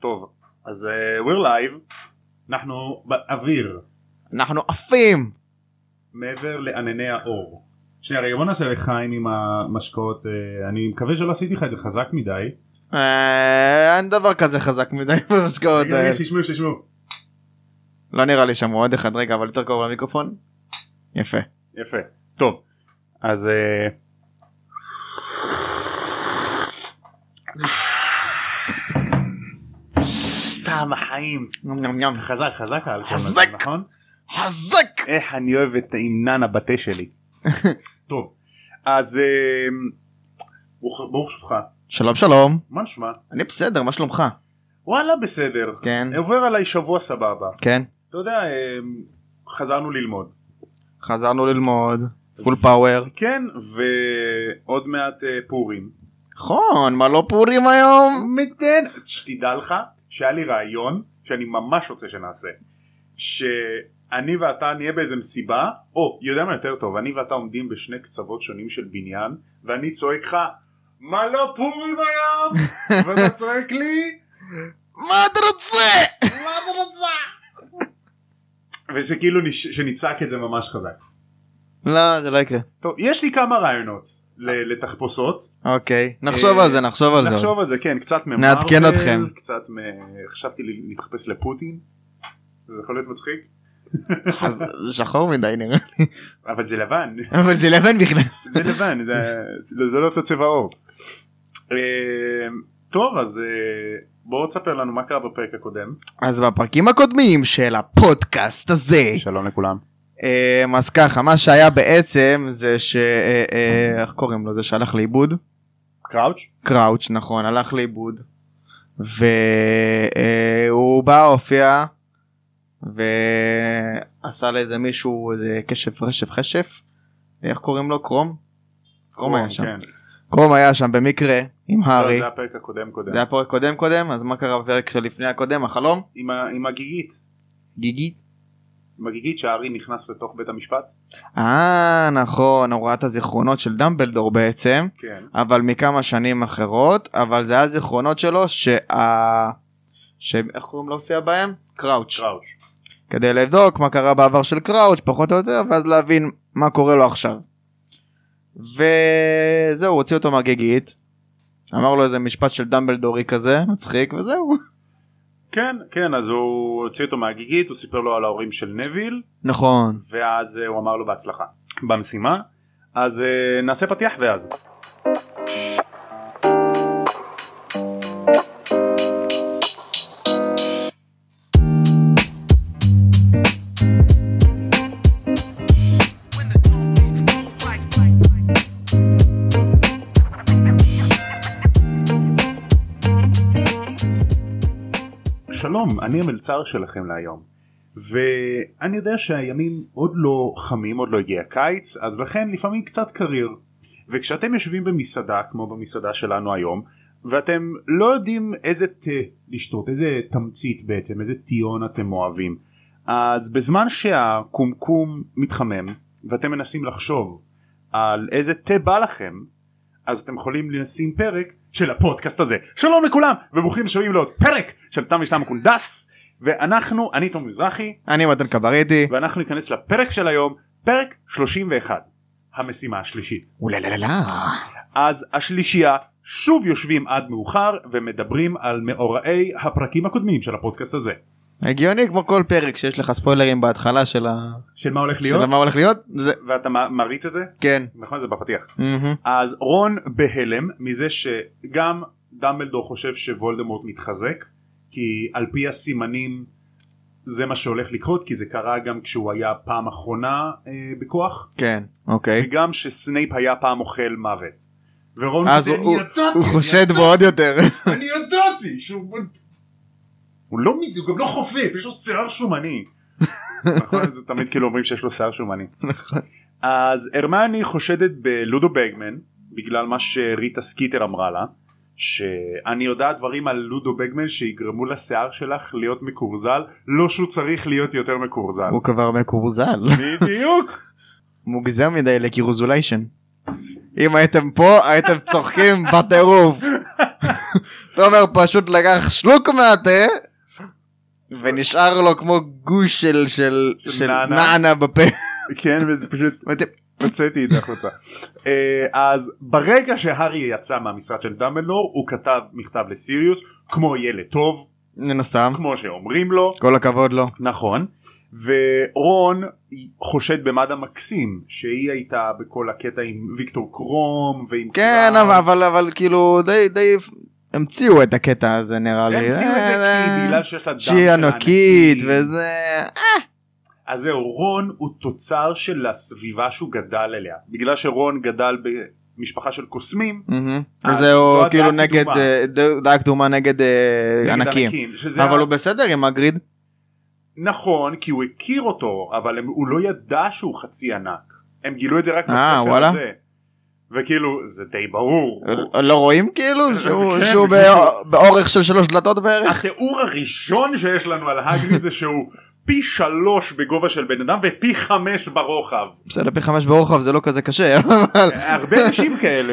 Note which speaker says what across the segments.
Speaker 1: טוב, אז אה, we're live, אנחנו באוויר,
Speaker 2: אנחנו עפים!
Speaker 1: מעבר לענני האור. שנייה רגע בוא נעשה לחיים עם המשקאות, אה, אני מקווה שלא עשיתי לך את זה חזק מדי.
Speaker 2: אה, אין דבר כזה חזק מדי במשקאות
Speaker 1: רגע, רגע,
Speaker 2: האלה.
Speaker 1: שישמעו שישמעו.
Speaker 2: לא נראה לי שמעו עוד אחד רגע אבל יותר קרוב למיקרופון. יפה.
Speaker 1: יפה, טוב, אז אה, טעם החיים,
Speaker 2: נם, נם, נם.
Speaker 1: חזק חזק האלכוהול הזה,
Speaker 2: חזק.
Speaker 1: נכון?
Speaker 2: חזק!
Speaker 1: איך אני אוהב את נאנה בתה שלי. טוב, אז אה, ברוך ברוך שובך,
Speaker 2: שלום שלום.
Speaker 1: מה נשמע?
Speaker 2: אני בסדר מה שלומך?
Speaker 1: וואלה בסדר.
Speaker 2: כן.
Speaker 1: עובר עליי שבוע סבבה.
Speaker 2: כן.
Speaker 1: אתה יודע, אה, חזרנו ללמוד.
Speaker 2: חזרנו ללמוד. פול פאוור.
Speaker 1: כן, ועוד מעט אה, פורים.
Speaker 2: נכון מה לא פורים היום?
Speaker 1: מתן, שתדע לך שהיה לי רעיון שאני ממש רוצה שנעשה. שאני ואתה נהיה באיזה מסיבה, או יודע מה יותר טוב, אני ואתה עומדים בשני קצוות שונים של בניין, ואני צועק לך, מה לא פורים היום? ואתה צועק לי,
Speaker 2: מה אתה רוצה?
Speaker 1: מה אתה רוצה? וזה כאילו נש- שנצעק את זה ממש חזק.
Speaker 2: לא זה לא יקרה.
Speaker 1: טוב, יש לי כמה רעיונות ל- לתחפושות.
Speaker 2: אוקיי נחשוב על זה נחשוב על זה.
Speaker 1: נחשוב על זה, כן, קצת ממרוויל,
Speaker 2: נעדכן אתכם.
Speaker 1: קצת מ... חשבתי לי- להתחפש לפוטין, זה יכול להיות מצחיק,
Speaker 2: חז- זה שחור מדי נראה לי.
Speaker 1: אבל זה לבן,
Speaker 2: אבל זה לבן בכלל.
Speaker 1: זה לבן, זה, זה, זה לא אותו צבע עור. אה, טוב, אז אה, בואו תספר לנו מה קרה בפרק הקודם.
Speaker 2: אז בפרקים הקודמים של הפודקאסט הזה.
Speaker 1: שלום לכולם.
Speaker 2: אמ, אז ככה מה שהיה בעצם זה ש... אה, אה, איך קוראים לו זה שהלך לאיבוד?
Speaker 1: קראוץ'?
Speaker 2: קראוץ' נכון הלך לאיבוד. והוא בא הופיע ועשה לאיזה מישהו איזה קשף רשף חשף איך קוראים לו קרום? קרום היה שם.
Speaker 1: כן.
Speaker 2: קרום היה שם במקרה עם
Speaker 1: לא,
Speaker 2: הארי
Speaker 1: זה הפרק הקודם קודם.
Speaker 2: זה היה פרק קודם קודם אז מה קרה בפרק שלפני הקודם החלום
Speaker 1: עם, ה... עם הגיגית,
Speaker 2: גיגי
Speaker 1: עם הגיגית שהארי נכנס לתוך בית המשפט.
Speaker 2: אה נכון הוראת הזיכרונות של דמבלדור בעצם
Speaker 1: כן.
Speaker 2: אבל מכמה שנים אחרות, אבל זה היה זיכרונות שלו שה... ש... איך קוראים להופיע בהם? קראוץ'.
Speaker 1: קראוץ'.
Speaker 2: כדי לבדוק מה קרה בעבר של קראוץ', פחות או יותר, ואז להבין מה קורה לו עכשיו. וזהו, הוציא אותו מהגיגית, אמר לו איזה משפט של דמבלדורי כזה, מצחיק, וזהו.
Speaker 1: כן, כן, אז הוא הוציא אותו מהגיגית, הוא סיפר לו על ההורים של נביל,
Speaker 2: נכון.
Speaker 1: ואז אה, הוא אמר לו בהצלחה במשימה אז אה, נעשה פתיח ואז שלום אני המלצר שלכם להיום ואני יודע שהימים עוד לא חמים עוד לא הגיע הקיץ אז לכן לפעמים קצת קריר וכשאתם יושבים במסעדה כמו במסעדה שלנו היום ואתם לא יודעים איזה תה לשתות איזה תמצית בעצם איזה טיון אתם אוהבים אז בזמן שהקומקום מתחמם ואתם מנסים לחשוב על איזה תה בא לכם אז אתם יכולים לשים פרק של הפודקאסט הזה שלום לכולם וברוכים שומעים לעוד פרק של תם ושתם הקונדס ואנחנו אני תום מזרחי
Speaker 2: אני מתן קבריטי.
Speaker 1: ואנחנו ניכנס לפרק של היום, פרק 31, המשימה השלישית.
Speaker 2: אוללה.
Speaker 1: אז השלישייה, שוב יושבים עד מאוחר ומדברים על מאורעי הפרקים הקודמים של הפודקאסט הזה.
Speaker 2: הגיוני כמו כל פרק שיש לך ספוילרים בהתחלה של ה-
Speaker 1: של מה הולך להיות,
Speaker 2: של מה הולך להיות? זה...
Speaker 1: ואתה מ- מריץ את זה?
Speaker 2: כן.
Speaker 1: נכון זה בפתיח.
Speaker 2: מהמם.
Speaker 1: אז רון בהלם מזה שגם דמבלדור חושב שוולדמורט מתחזק, כי על פי הסימנים זה מה שהולך לקרות, כי זה קרה גם כשהוא היה פעם אחרונה אה, בכוח.
Speaker 2: כן. אוקיי.
Speaker 1: וגם שסנייפ היה פעם אוכל מוות. ורון
Speaker 2: אז
Speaker 1: כזה,
Speaker 2: הוא-
Speaker 1: "אני ידעתי,
Speaker 2: הוא
Speaker 1: אני
Speaker 2: חושד בו עוד יותר.
Speaker 1: ידעתי, אני ידעתי שהוא הוא לא מ- הוא גם לא חופף יש לו שיער שומני. נכון זה תמיד כאילו אומרים שיש לו שיער שומני.
Speaker 2: נכון.
Speaker 1: אז הרמני חושדת בלודו בגמן בגלל מה שריטה סקיטר אמרה לה. שאני יודעת דברים על לודו בגמן שיגרמו לשיער שלך להיות מקורזל לא שהוא צריך להיות יותר מקורזל.
Speaker 2: הוא כבר מקורזל.
Speaker 1: בדיוק.
Speaker 2: מוגזם מדי לקירוזוליישן. אם הייתם פה הייתם צוחקים בטירוף. תומר פשוט לקח שלוק מהתה, ונשאר לו כמו גוש של, של,
Speaker 1: של
Speaker 2: של
Speaker 1: נענע.
Speaker 2: נענע בפה.
Speaker 1: כן וזה פשוט הוצאתי את זה החוצה. אה, אז ברגע שהארי יצא מהמשרד של דמבלדור הוא כתב מכתב לסיריוס כמו ילד טוב
Speaker 2: מן הסתם,
Speaker 1: כמו שאומרים לו
Speaker 2: כל הכבוד לו.
Speaker 1: נכון ורון חושד במד המקסים שהיא הייתה בכל הקטע עם ויקטור קרום ועם
Speaker 2: כן,
Speaker 1: קרב.
Speaker 2: אבל, אבל, אבל כאילו די, די המציאו את הקטע הזה נראה לי.
Speaker 1: המציאו את זה
Speaker 2: אה,
Speaker 1: כי בגלל שיש לה דם
Speaker 2: שהיא
Speaker 1: של
Speaker 2: ענקית
Speaker 1: ענקים.
Speaker 2: וזה...
Speaker 1: אז זהו, רון הוא תוצר של הסביבה שהוא גדל אליה. בגלל שרון גדל במשפחה של קוסמים,
Speaker 2: מהמם.
Speaker 1: אה,
Speaker 2: אז זהו
Speaker 1: זו הדעה
Speaker 2: כאילו נגד
Speaker 1: הקדומה.
Speaker 2: אה, ד- דעה קדומה נגד אה,
Speaker 1: נגד
Speaker 2: ענקים.
Speaker 1: שזה
Speaker 2: אבל
Speaker 1: ה-
Speaker 2: הוא בסדר עם הגריד.
Speaker 1: נכון, כי הוא הכיר אותו, אבל הם, הוא לא ידע שהוא חצי ענק. הם גילו את זה רק
Speaker 2: אה,
Speaker 1: בספר
Speaker 2: וואלה.
Speaker 1: הזה. וכאילו, זה די ברור.
Speaker 2: לא רואים כאילו
Speaker 1: זה
Speaker 2: שהוא-
Speaker 1: כן,
Speaker 2: שהוא
Speaker 1: זה
Speaker 2: בא- באורך של שלוש דלתות בערך?
Speaker 1: התיאור הראשון שיש לנו על הגריד זה שהוא פי שלוש בגובה של בן אדם ופי חמש ברוחב.
Speaker 2: בסדר פי חמש ברוחב זה לא כזה קשה אבל-
Speaker 1: אה, הרבה אנשים כאלה.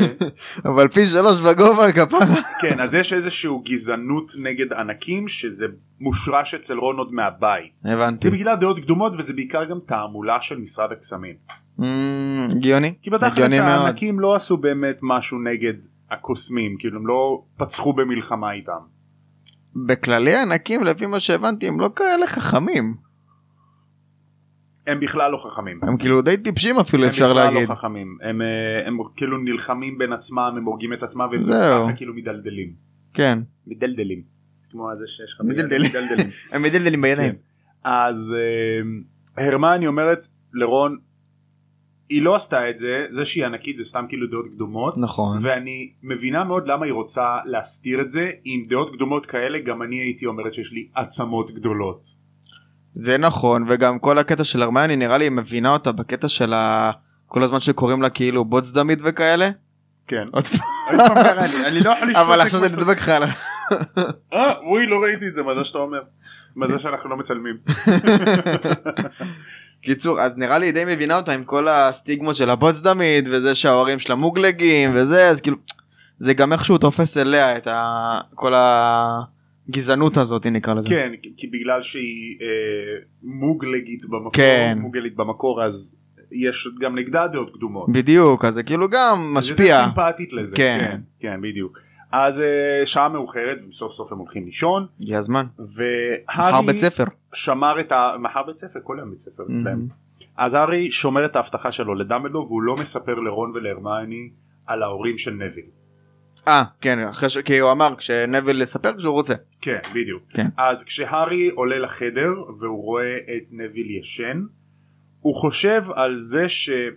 Speaker 2: אבל פי שלוש בגובה כפרה.
Speaker 1: כן, אז יש איזשהו גזענות נגד ענקים שזה מושרש אצל רון עוד מהבית.
Speaker 2: הבנתי.
Speaker 1: זה בגלל דעות קדומות וזה בעיקר גם תעמולה של משרד הקסמים.
Speaker 2: אמ, הגיוני.
Speaker 1: כי בתכלס
Speaker 2: הגיוני מאוד.
Speaker 1: הענקים לא עשו באמת משהו נגד הקוסמים, כאילו הם לא פצחו במלחמה איתם.
Speaker 2: בכללי הענקים לפי מה שהבנתי הם לא כאלה חכמים.
Speaker 1: הם בכלל לא חכמים.
Speaker 2: הם כאילו די טיפשים אפילו
Speaker 1: הם
Speaker 2: אפשר
Speaker 1: בכלל
Speaker 2: להגיד.
Speaker 1: לא חכמים. הם, אה, הם כאילו נלחמים בין עצמם, הם הורגים את עצמם והם
Speaker 2: זהו.
Speaker 1: ככה כאילו מדלדלים.
Speaker 2: כן.
Speaker 1: מדלדלים. כמו זה שיש לך ביד,
Speaker 2: מדלדלים.
Speaker 1: מדלדלים.
Speaker 2: הם מדלדלים בידיים.
Speaker 1: אז אה, הרמני אומרת לרון, היא לא עשתה את זה, זה שהיא ענקית זה סתם כאילו דעות קדומות.
Speaker 2: נכון.
Speaker 1: ואני מבינה מאוד למה היא רוצה להסתיר את זה עם דעות קדומות כאלה גם אני הייתי אומרת שיש לי עצמות גדולות.
Speaker 2: זה נכון וגם כל הקטע של הרמיוני נראה לי היא מבינה אותה בקטע של ה... כל הזמן שקוראים לה כאילו בוטסדמית וכאלה.
Speaker 1: כן.
Speaker 2: עוד פעם.
Speaker 1: אני לא יכול לשתות
Speaker 2: אבל
Speaker 1: את
Speaker 2: עכשיו
Speaker 1: כמו
Speaker 2: זה נדבק לך על ה...
Speaker 1: שאתה- אה, אוי לא ראיתי את זה מזל שאתה אומר. מזל שאנחנו לא מצלמים.
Speaker 2: קיצור אז נראה לי היא די מבינה אותה עם כל הסטיגמות של הבוטסדמית וזה שההורים שלה מוגלגים וזה אז כאילו זה גם איכשהו תופס אליה את ה... כל הגזענות הזאת נקרא לזה.
Speaker 1: כן כי- כי בגלל שהיא אה, מוגלגית במקור,
Speaker 2: כן.
Speaker 1: מוגלית במקור אז יש גם נגדה דעות קדומות.
Speaker 2: בדיוק אז זה כאילו גם
Speaker 1: אז
Speaker 2: משפיע.
Speaker 1: היא סימפטית לזה.
Speaker 2: כן.
Speaker 1: כן. כן בדיוק. אז אה, שעה מאוחרת וסוף סוף הם הולכים לישון
Speaker 2: הגיע הזמן. מחר
Speaker 1: והארי
Speaker 2: בית ספר.
Speaker 1: שמר את ה... מחר בית ספר כל היום בית ספר אצלם. אז הארי שומר את ההבטחה שלו לדמבלדור והוא לא מספר לרון ולהרמיוני על ההורים של נביל.
Speaker 2: אה כן אחרי ש... כי הוא אמר כשנביל יספר כשהוא רוצה.
Speaker 1: כן בדיוק.
Speaker 2: כן.
Speaker 1: אז כשהארי עולה לחדר והוא רואה את נביל ישן הוא חושב על זה שהוא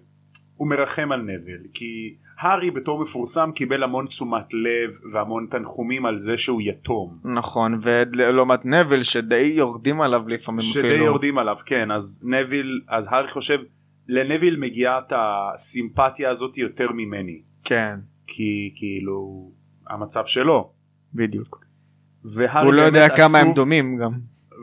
Speaker 1: מרחם על נביל כי הארי בתור מפורסם קיבל המון תשומת לב והמון תנחומים על זה שהוא יתום.
Speaker 2: נכון ולעומת נבל שדי יורדים עליו לפעמים
Speaker 1: שדי
Speaker 2: אפילו.
Speaker 1: יורדים עליו כן אז נביל אז הארי חושב לנביל מגיעה את הסימפתיה הזאת יותר ממני
Speaker 2: כן
Speaker 1: כי כאילו המצב שלו.
Speaker 2: בדיוק.
Speaker 1: והארי
Speaker 2: הוא לא
Speaker 1: באמת
Speaker 2: יודע כמה הם
Speaker 1: עצוב,
Speaker 2: דומים גם.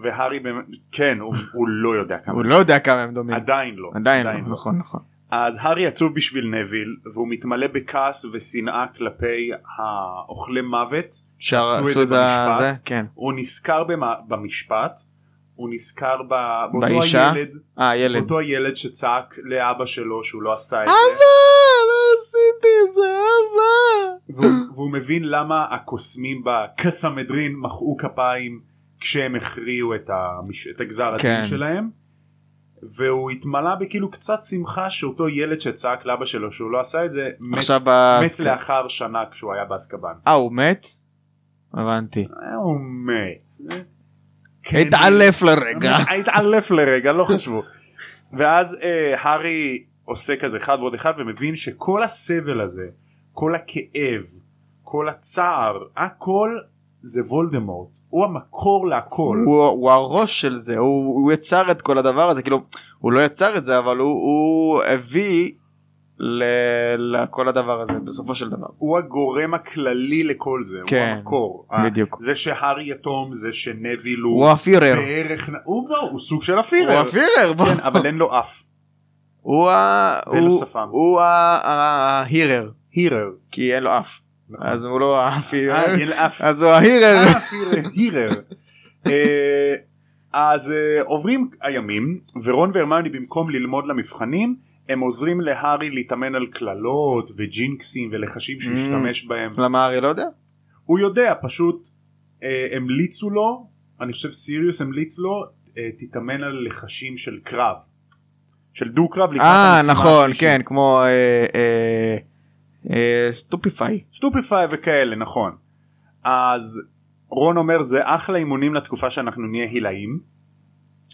Speaker 1: והארי באמת כן הוא, הוא לא יודע כמה
Speaker 2: הוא לא יודע כמה הם דומים.
Speaker 1: עדיין לא
Speaker 2: עדיין לא. נכון נכון.
Speaker 1: אז הארי עצוב בשביל נביל והוא מתמלא בכעס ושנאה כלפי האוכלי מוות
Speaker 2: שר-
Speaker 1: עשו את
Speaker 2: עשו
Speaker 1: זה במשפט.
Speaker 2: זה, כן.
Speaker 1: הוא נזכר במה, במשפט הוא נזכר ב, באותו
Speaker 2: באישה?
Speaker 1: הילד
Speaker 2: אה ילד.
Speaker 1: אותו הילד שצעק לאבא שלו שהוא לא עשה את
Speaker 2: אבא
Speaker 1: זה
Speaker 2: לא עשיתי את זה אבא.
Speaker 1: והוא, והוא מבין למה הקוסמים בקסמדרין מחאו כפיים כשהם הכריעו את, המש... את הגזר הדין
Speaker 2: כן.
Speaker 1: שלהם. והוא התמלא בכאילו קצת שמחה שאותו ילד שצעק לאבא שלו שהוא לא עשה את זה מת,
Speaker 2: עכשיו
Speaker 1: מת
Speaker 2: באסקה.
Speaker 1: לאחר שנה כשהוא היה באסקבן.
Speaker 2: אה הוא מת? הבנתי.
Speaker 1: אה, הוא מת. כן,
Speaker 2: התעלף לרגע.
Speaker 1: התעלף לרגע לא חשבו. ואז אה, הארי עושה כזה אחד ועוד אחד ומבין שכל הסבל הזה כל הכאב כל הצער הכל זה וולדמורט הוא המקור להכל.
Speaker 2: הוא, הוא הראש של זה הוא, הוא יצר את כל הדבר הזה כאילו הוא לא יצר את זה אבל הוא, הוא הביא ל, לכל הדבר הזה בסופו של דבר.
Speaker 1: הוא הגורם הכללי לכל זה,
Speaker 2: כן,
Speaker 1: הוא המקור.
Speaker 2: בדיוק.
Speaker 1: זה שהארי יתום, זה שנביל הוא
Speaker 2: הוא הפירר.
Speaker 1: בערך, נ- הוא, הוא, הוא סוג של
Speaker 2: הוא
Speaker 1: הפירר,
Speaker 2: הפירר. בוא.
Speaker 1: כן, אבל אין לו אף.
Speaker 2: הוא ה...
Speaker 1: אין לו
Speaker 2: הוא-
Speaker 1: שפם.
Speaker 2: הוא ה- ה- ההירר
Speaker 1: הירר.
Speaker 2: כי אין לו אף.
Speaker 1: נכון.
Speaker 2: אז הוא לא האפי,
Speaker 1: אה, יל- אף-
Speaker 2: אז הוא ההירר.
Speaker 1: אה, פירר, הירר. אה, אז אה, עוברים הימים ורון והרמיוני במקום ללמוד למבחנים הם עוזרים להארי להתאמן על קללות וג'ינקסים ולחשים שהוא
Speaker 2: Mm.
Speaker 1: השתמש בהם.
Speaker 2: למה ארי לא יודע?
Speaker 1: הוא יודע פשוט אה, המליצו לו אני חושב סיריוס המליץ לו אה, תתאמן על לחשים של קרב. של דו קרב לקראת
Speaker 2: אה
Speaker 1: המשימה
Speaker 2: נכון
Speaker 1: השלישית.
Speaker 2: כן כמו אה, אה, אה, סטופיפיי.
Speaker 1: סטופיפיי וכאלה נכון. אז רון אומר זה אחלה אימונים לתקופה שאנחנו נהיה הילאים.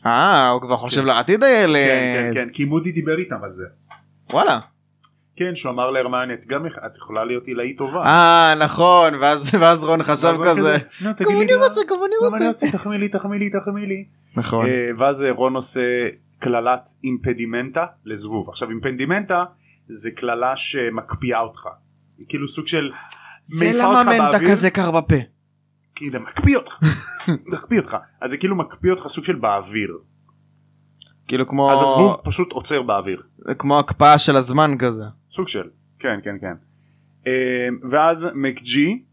Speaker 2: אה הוא כבר חושב
Speaker 1: כן.
Speaker 2: לעתיד
Speaker 1: כן כן
Speaker 2: הילד.
Speaker 1: כן כי מודי דיבר איתם על זה.
Speaker 2: וואלה.
Speaker 1: כן שהוא אמר להרמיוני את גם את יכולה להיות עילאי טובה.
Speaker 2: אה נכון ואז ואז רון חשב
Speaker 1: ואז הוא
Speaker 2: כזה.
Speaker 1: נו תגיד
Speaker 2: גם
Speaker 1: לי
Speaker 2: אני
Speaker 1: למה-
Speaker 2: רוצה גם
Speaker 1: למה
Speaker 2: אני
Speaker 1: אני
Speaker 2: רוצה.
Speaker 1: רוצה תחמיא לי תחמיא לי תחמיא לי.
Speaker 2: נכון.
Speaker 1: אה, ואז אה, רון עושה קללת אימפדימנטה לזבוב עכשיו אימפדימנטה זה קללה שמקפיאה אותך. היא כאילו סוג של
Speaker 2: זה
Speaker 1: מעיפה
Speaker 2: למה
Speaker 1: אותך
Speaker 2: מנטה
Speaker 1: באוויר.
Speaker 2: כזה קר בפה.
Speaker 1: כאילו מקפיא אותך. מקפיא אותך אז זה כאילו מקפיא אותך סוג של באוויר.
Speaker 2: כאילו כמו
Speaker 1: אז הזבוב פשוט עוצר באוויר.
Speaker 2: כמו הקפאה של הזמן כזה.
Speaker 1: סוג של. כן כן כן. אה, ואז מקג'י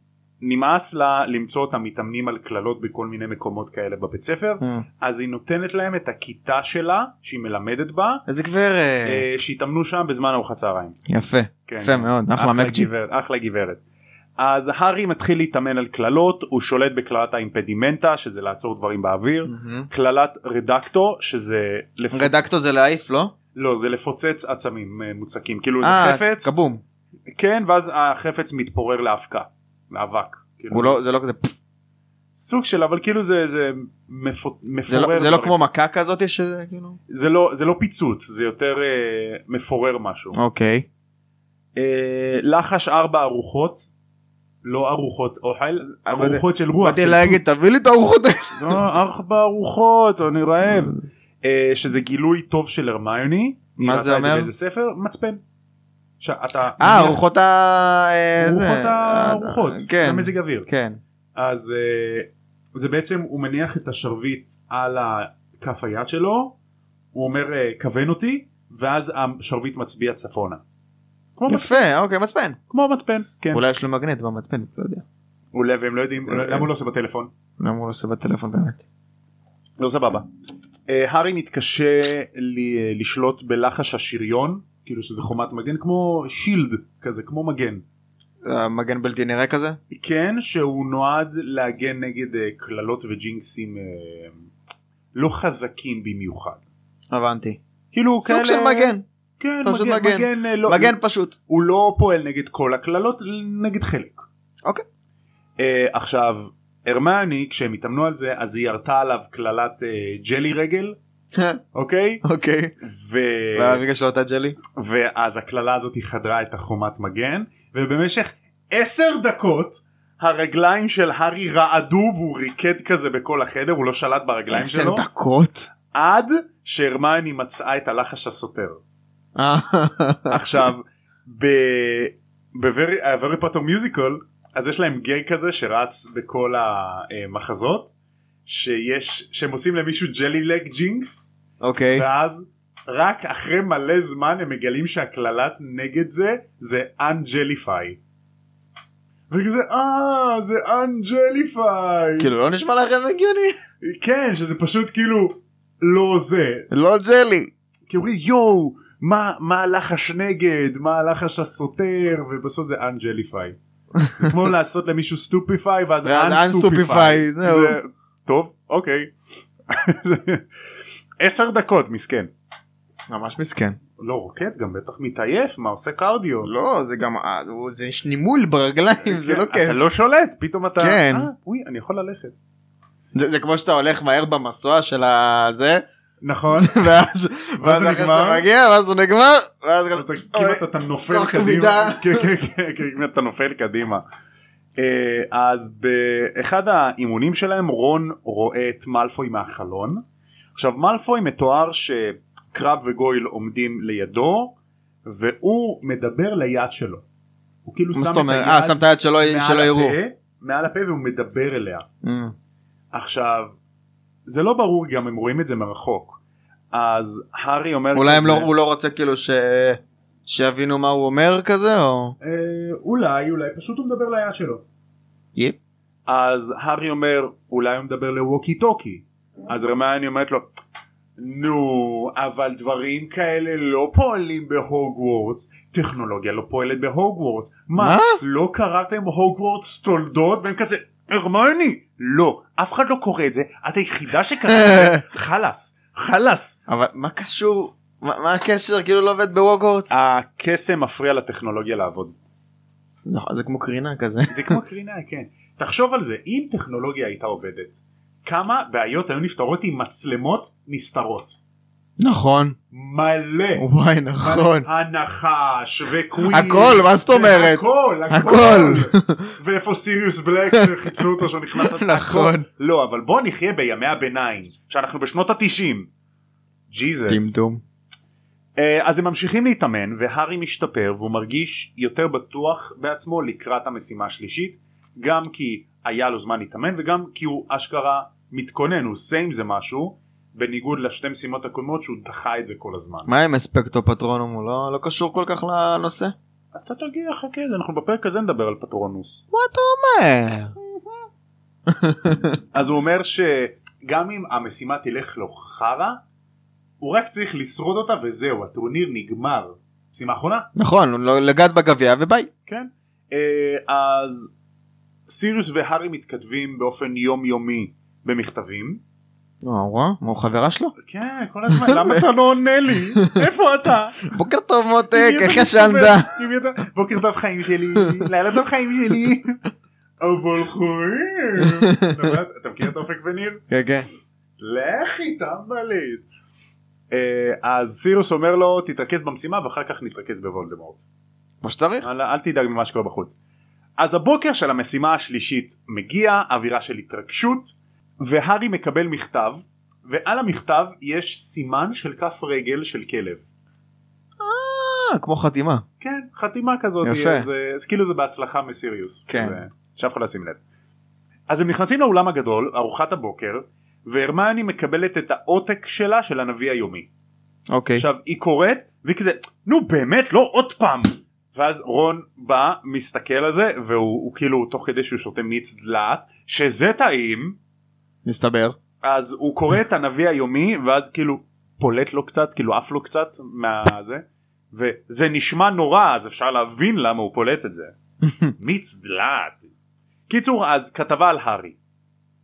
Speaker 1: נמאס לה למצוא אותם מתאמנים על קללות בכל מיני מקומות כאלה בבית ספר אז היא נותנת להם את הכיתה שלה שהיא מלמדת בה
Speaker 2: איזה גברת.
Speaker 1: אה, שיתאמנו שם בזמן ארוחת צהריים.
Speaker 2: יפה.
Speaker 1: כן,
Speaker 2: כן. יפה
Speaker 1: כן.
Speaker 2: מאוד. אחלה מקג'י.
Speaker 1: גברת, אחלה גברת. אז הארי מתחיל להתאמן על קללות הוא שולט בקללת האימפדימנטה שזה לעצור דברים באוויר. קללת רדקטו שזה לפ...
Speaker 2: רדקטו זה להעיף לא?
Speaker 1: לא זה לפוצץ עצמים אה, מוצקים כאילו זה
Speaker 2: אה,
Speaker 1: חפץ
Speaker 2: כבום.
Speaker 1: כן ואז החפץ מתפורר לאבקה לאבק כאילו,
Speaker 2: הוא לא, זה לא כזה, פפ.
Speaker 1: סוג של אבל כאילו זה זה מפו-
Speaker 2: זה
Speaker 1: מפורר
Speaker 2: לא, זה לא
Speaker 1: דברים.
Speaker 2: כמו מכה כזאת שזה כאילו,
Speaker 1: זה לא זה לא פיצוץ זה יותר אה, מפורר משהו
Speaker 2: אוקיי,
Speaker 1: אה, לחש ארבע ארוחות לא ארוחות אוכל
Speaker 2: אבל-
Speaker 1: ארוחות של רוח
Speaker 2: באתי
Speaker 1: של
Speaker 2: להגיד תביא לי את הארוחות, האלה."
Speaker 1: סוס. לא, ארבע ארוחות אני רעב אה, שזה גילוי טוב של הרמיוני היא
Speaker 2: מה זה
Speaker 1: ראתה את
Speaker 2: אומר?
Speaker 1: באיזה ספר מצפן. שאתה
Speaker 2: אה ארוחות ה... אה,
Speaker 1: ארוחות
Speaker 2: זה,
Speaker 1: הארוחות
Speaker 2: אה,
Speaker 1: כן
Speaker 2: כן,
Speaker 1: מזג אוויר
Speaker 2: כן,
Speaker 1: אז אה, זה בעצם הוא מניח את השרביט על כף היד שלו הוא אומר אה, כוון אותי ואז השרביט מצביע צפונה. כמו, מצ...
Speaker 2: יפה, אוקיי, מצפן,
Speaker 1: כמו מצפן כן
Speaker 2: אולי אה, יש לו מגנט במצפן, לא יודע,
Speaker 1: אולי והם לא יודעים אולי- למה הוא לא עושה בטלפון
Speaker 2: למה הוא לא עושה בטלפון באמת,
Speaker 1: לא סבבה. אה, הארי מתקשה ל- לשלוט בלחש השריון כאילו שזה חומת מגן כמו שילד כזה כמו מגן
Speaker 2: אה, מגן בלתי נראה כזה,
Speaker 1: כן שהוא נועד להגן נגד אה, קללות וג'ינקסים אה, לא חזקים במיוחד.
Speaker 2: הבנתי,
Speaker 1: כאילו
Speaker 2: סוג
Speaker 1: כאלה...
Speaker 2: של מגן,
Speaker 1: כן
Speaker 2: פשוט
Speaker 1: מגן,
Speaker 2: מגן.
Speaker 1: מגן, אה, לא,
Speaker 2: מגן פשוט,
Speaker 1: הוא לא פועל נגד כל הקללות נגד חלק.
Speaker 2: אוקיי.
Speaker 1: אה, עכשיו הרמני כשהם התאמנו על זה אז היא ירתה עליו קללת אה, ג'לי רגל אוקיי
Speaker 2: אוקיי,
Speaker 1: ו...
Speaker 2: והרגע שלו אותה ג'לי,
Speaker 1: ואז הקללה הזאת היא חדרה את החומת מגן ובמשך עשר דקות הרגליים של הארי רעדו והוא ריקד כזה בכל החדר הוא לא שלט ברגליים
Speaker 2: עשר
Speaker 1: שלו
Speaker 2: דקות,
Speaker 1: עד שהרמני מצאה את הלחש הסותר.
Speaker 2: אה,
Speaker 1: עכשיו בוורי פוטר מיוזיקל אז יש להם גיי כזה שרץ בכל המחזות שיש שהם עושים למישהו ג'לי לג ג'ינקס
Speaker 2: אוקיי,
Speaker 1: ואז רק אחרי מלא זמן הם מגלים שהקללת נגד זה זה אנג'ליפיי. וכזה אה זה אנג'ליפיי
Speaker 2: כאילו לא נשמע לכם הגיוני,
Speaker 1: כן שזה פשוט כאילו לא זה
Speaker 2: לא ג'לי,
Speaker 1: כי אומרים יואו מה מה הלחש נגד מה הלחש הסותר ובסוף זה אנג'ליפיי. זה כמו לעשות למישהו סטופיפיי ואז
Speaker 2: ואז
Speaker 1: אנסטופיפיי.
Speaker 2: unsטופיפיי, זהו.
Speaker 1: זה- טוב אוקיי. עשר דקות מסכן.
Speaker 2: ממש מסכן.
Speaker 1: לא רוקד גם בטח מתעייף מה עושה קרדיו.
Speaker 2: לא זה גם אה, הוא- זה יש נימול ברגליים זה לא
Speaker 1: כן,
Speaker 2: כיף
Speaker 1: אתה לא שולט פתאום אתה
Speaker 2: כן.
Speaker 1: "אה, אוי אני יכול ללכת
Speaker 2: זה זה כמו שאתה הולך מהר במסוע של הזה
Speaker 1: נכון
Speaker 2: ואז ואז
Speaker 1: זה
Speaker 2: אחרי
Speaker 1: נגמר?
Speaker 2: שאתה מגיע ואז הוא נגמר ואז
Speaker 1: אתה
Speaker 2: כזה,
Speaker 1: כמעט
Speaker 2: אוי,
Speaker 1: אתה נופל
Speaker 2: כוח
Speaker 1: קדימה,
Speaker 2: כבידה.
Speaker 1: כן, כן, כן, כן, כמעט אתה נופל קדימה. אה, אז באחד האימונים שלהם רון רואה את מאלפוי מהחלון. עכשיו מאלפוי מתואר שקרב וגויל עומדים לידו והוא מדבר ליד שלו. הוא כאילו
Speaker 2: מה
Speaker 1: שם
Speaker 2: זאת
Speaker 1: את
Speaker 2: אומרת אה
Speaker 1: היד
Speaker 2: שם את היד שלא
Speaker 1: מעל
Speaker 2: שלא יראו
Speaker 1: הפה, אה. מעל הפה והוא מדבר אליה.
Speaker 2: אמ,
Speaker 1: עכשיו זה לא ברור גם הם רואים את זה מרחוק. אז הארי אומר
Speaker 2: אולי הם
Speaker 1: כזה-
Speaker 2: לא הוא לא רוצה כאילו ש שיבינו מה הוא אומר כזה או...
Speaker 1: אה, אולי, אולי, פשוט הוא מדבר ליד שלו.
Speaker 2: יפ.
Speaker 1: אז הארי אומר, אולי הוא מדבר לווקי טוקי. אז רמיוני אומרת לו, נו, אבל דברים כאלה לא פועלים בהוגוורטס, טכנולוגיה לא פועלת בהוגוורטס. מה?
Speaker 2: מה?
Speaker 1: לא קראתם הוגוורטס תולדות? והם כזה, הרמיוני! לא, אף אחד לא קורא את זה, את היחידה שקראת את זה, חלאס, חלאס.
Speaker 2: אבל מה קשור? מה מה הקשר? כאילו לא עובד בווגוורטס?
Speaker 1: הקסם מפריע לטכנולוגיה לעבוד.
Speaker 2: לא, זה כמו קרינה כזה.
Speaker 1: זה כמו קרינה כן תחשוב על זה אם טכנולוגיה הייתה עובדת כמה בעיות היו נפתרות עם מצלמות נסתרות
Speaker 2: נכון.
Speaker 1: מלא
Speaker 2: וואי נכון.
Speaker 1: הנחש וקווין
Speaker 2: הכל, מה זאת אומרת?
Speaker 1: הכל הכל
Speaker 2: הכל.
Speaker 1: ואיפה סיריוס בלק שחיפשו אותו שהוא נכנס לתחתון.
Speaker 2: נכון.
Speaker 1: לא אבל בוא נחיה בימי הביניים שאנחנו בשנות התשעים. ג'יזוס.
Speaker 2: טמטום.
Speaker 1: אה, אז הם ממשיכים להתאמן והארי משתפר והוא מרגיש יותר בטוח בעצמו לקראת המשימה השלישית גם כי היה לו זמן להתאמן וגם כי הוא אשכרה מתכונן הוא עושה עם זה משהו בניגוד לשתי משימות הקודמות שהוא דחה את זה כל הזמן.
Speaker 2: מה עם אספקטו פטרונום? הוא לא- לא קשור כל כך לנושא?
Speaker 1: אתה תגיע חכה אנחנו בפרק הזה נדבר על פטרונוס.
Speaker 2: מה אתה אומר?
Speaker 1: אז הוא אומר שגם אם המשימה תלך לו חרא הוא רק צריך לשרוד אותה וזהו הטורניר נגמר. משימה אחרונה
Speaker 2: נכון, הוא לא- לגעת בגביע וביי.
Speaker 1: כן. אה, אז סיריוס והארי מתכתבים באופן יומיומי במכתבים.
Speaker 2: אה, וואה, מה, הוא חברה שלו?
Speaker 1: כן, כל הזמן, למה אתה לא עונה לי? איפה אתה?
Speaker 2: בוקר טוב מותק,
Speaker 1: עם מי אתה
Speaker 2: איך
Speaker 1: מסתובב?
Speaker 2: ישנת?
Speaker 1: עם מי אתה- בוקר טוב חיים שלי, לילה טוב חיים שלי. אבל חיים. אתה יודע, אתה מכיר את אופק וניר?
Speaker 2: כן, כן.
Speaker 1: לך איתם בליד. אה, אז סיריוס אומר לו תתרכז במשימה ואחר כך נתרכז בוולדמורט.
Speaker 2: כמו שצריך.
Speaker 1: אל, אל תדאג ממה שקורה בחוץ. אז הבוקר של המשימה השלישית מגיע אווירה של התרגשות והארי מקבל מכתב ועל המכתב יש סימן של כף רגל של כלב.
Speaker 2: אה, כמו חתימה.
Speaker 1: כן חתימה כזאת
Speaker 2: יפה.
Speaker 1: אז, אה, אז כאילו זה בהצלחה מסיריוס.
Speaker 2: כן.
Speaker 1: ו- שאף אחד לא ישים לב. אז הם נכנסים לאולם הגדול ארוחת הבוקר והרמיוני מקבלת את העותק שלה של הנביא היומי.
Speaker 2: אוקיי.
Speaker 1: עכשיו היא קוראת והיא כזה נו באמת לא עוד פעם ואז רון בא מסתכל על זה והוא הוא כאילו תוך כדי שהוא שותה מיץ דלעת שזה טעים
Speaker 2: מסתבר.
Speaker 1: אז הוא קורא את הנביא היומי ואז כאילו פולט לו קצת כאילו עף לו קצת מהזה וזה נשמע נורא אז אפשר להבין למה הוא פולט את זה מיץ דלעת. קיצור אז כתבה על הארי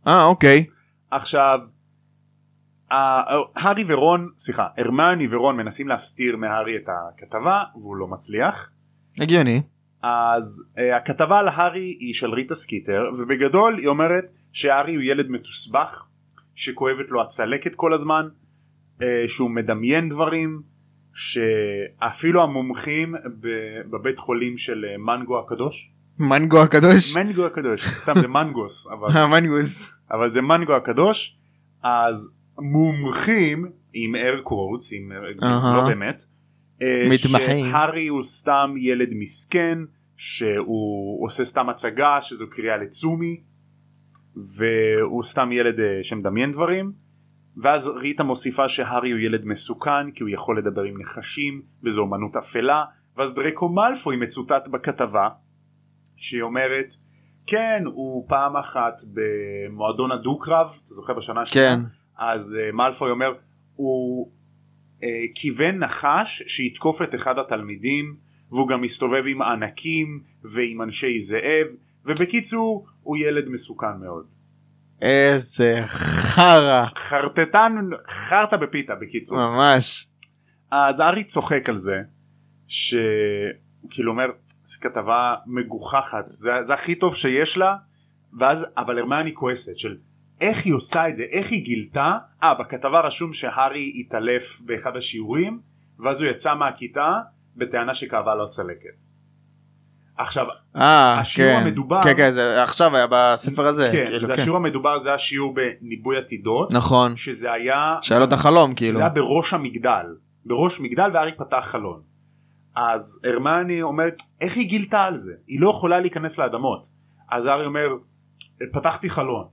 Speaker 2: אה, אוקיי.
Speaker 1: עכשיו ה- הארי ורון סליחה הרמני ורון מנסים להסתיר מהארי את הכתבה והוא לא מצליח
Speaker 2: הגיוני.
Speaker 1: אז אה, הכתבה על הארי היא של ריטה סקיטר ובגדול היא אומרת שהארי הוא ילד מתוסבך שכואבת לו הצלקת כל הזמן אה, שהוא מדמיין דברים שאפילו המומחים ב- בבית חולים של אה, מנגו הקדוש
Speaker 2: מנגו הקדוש? אה,
Speaker 1: מנגו הקדוש סתם זה מנגוס אבל
Speaker 2: המנגוס.
Speaker 1: אבל זה מנגו הקדוש אז מומחים עם air quotes עם
Speaker 2: אהה.
Speaker 1: לא באמת אה,
Speaker 2: מתמחים.
Speaker 1: שהארי הוא סתם ילד מסכן שהוא עושה סתם הצגה שזו קריאה לצומי והוא סתם ילד אה, שמדמיין דברים ואז ריטה מוסיפה שהארי הוא ילד מסוכן כי הוא יכול לדבר עם נחשים וזו אומנות אפלה ואז דרקו מאלפוי מצוטט בכתבה שהיא אומרת כן הוא פעם אחת במועדון הדו-קרב אתה זוכר בשנה השנייה
Speaker 2: כן.
Speaker 1: אז אה, מאלפוי אומר הוא אה, כיוון נחש שיתקוף את אחד התלמידים והוא גם מסתובב עם ענקים ועם אנשי זאב ובקיצור הוא ילד מסוכן מאוד
Speaker 2: איזה חרא.
Speaker 1: חרטטן חרטה בפיתה בקיצור
Speaker 2: ממש.
Speaker 1: אז ארי צוחק על זה שכאילו אומר זו כתבה מגוחכת זה, זה הכי טוב שיש לה ואז אבל הרמני כועסת של איך היא עושה את זה איך היא גילתה אה בכתבה רשום שהארי התעלף באחד השיעורים ואז הוא יצא מהכיתה בטענה שכאבה לו הצלקת. עכשיו
Speaker 2: אה,
Speaker 1: השיעור
Speaker 2: כן.
Speaker 1: המדובר-
Speaker 2: כן, כן, זה עכשיו היה בספר הזה.
Speaker 1: כן
Speaker 2: כאילו,
Speaker 1: זה השיעור המדובר זה השיעור בניבוי עתידות
Speaker 2: נכון.
Speaker 1: שזה היה
Speaker 2: שהיה לו את החלום, כאילו.
Speaker 1: זה היה בראש המגדל בראש מגדל והארי פתח חלון אז הרמני אומרת איך היא גילתה על זה היא לא יכולה להיכנס לאדמות אז הארי אומר פתחתי חלון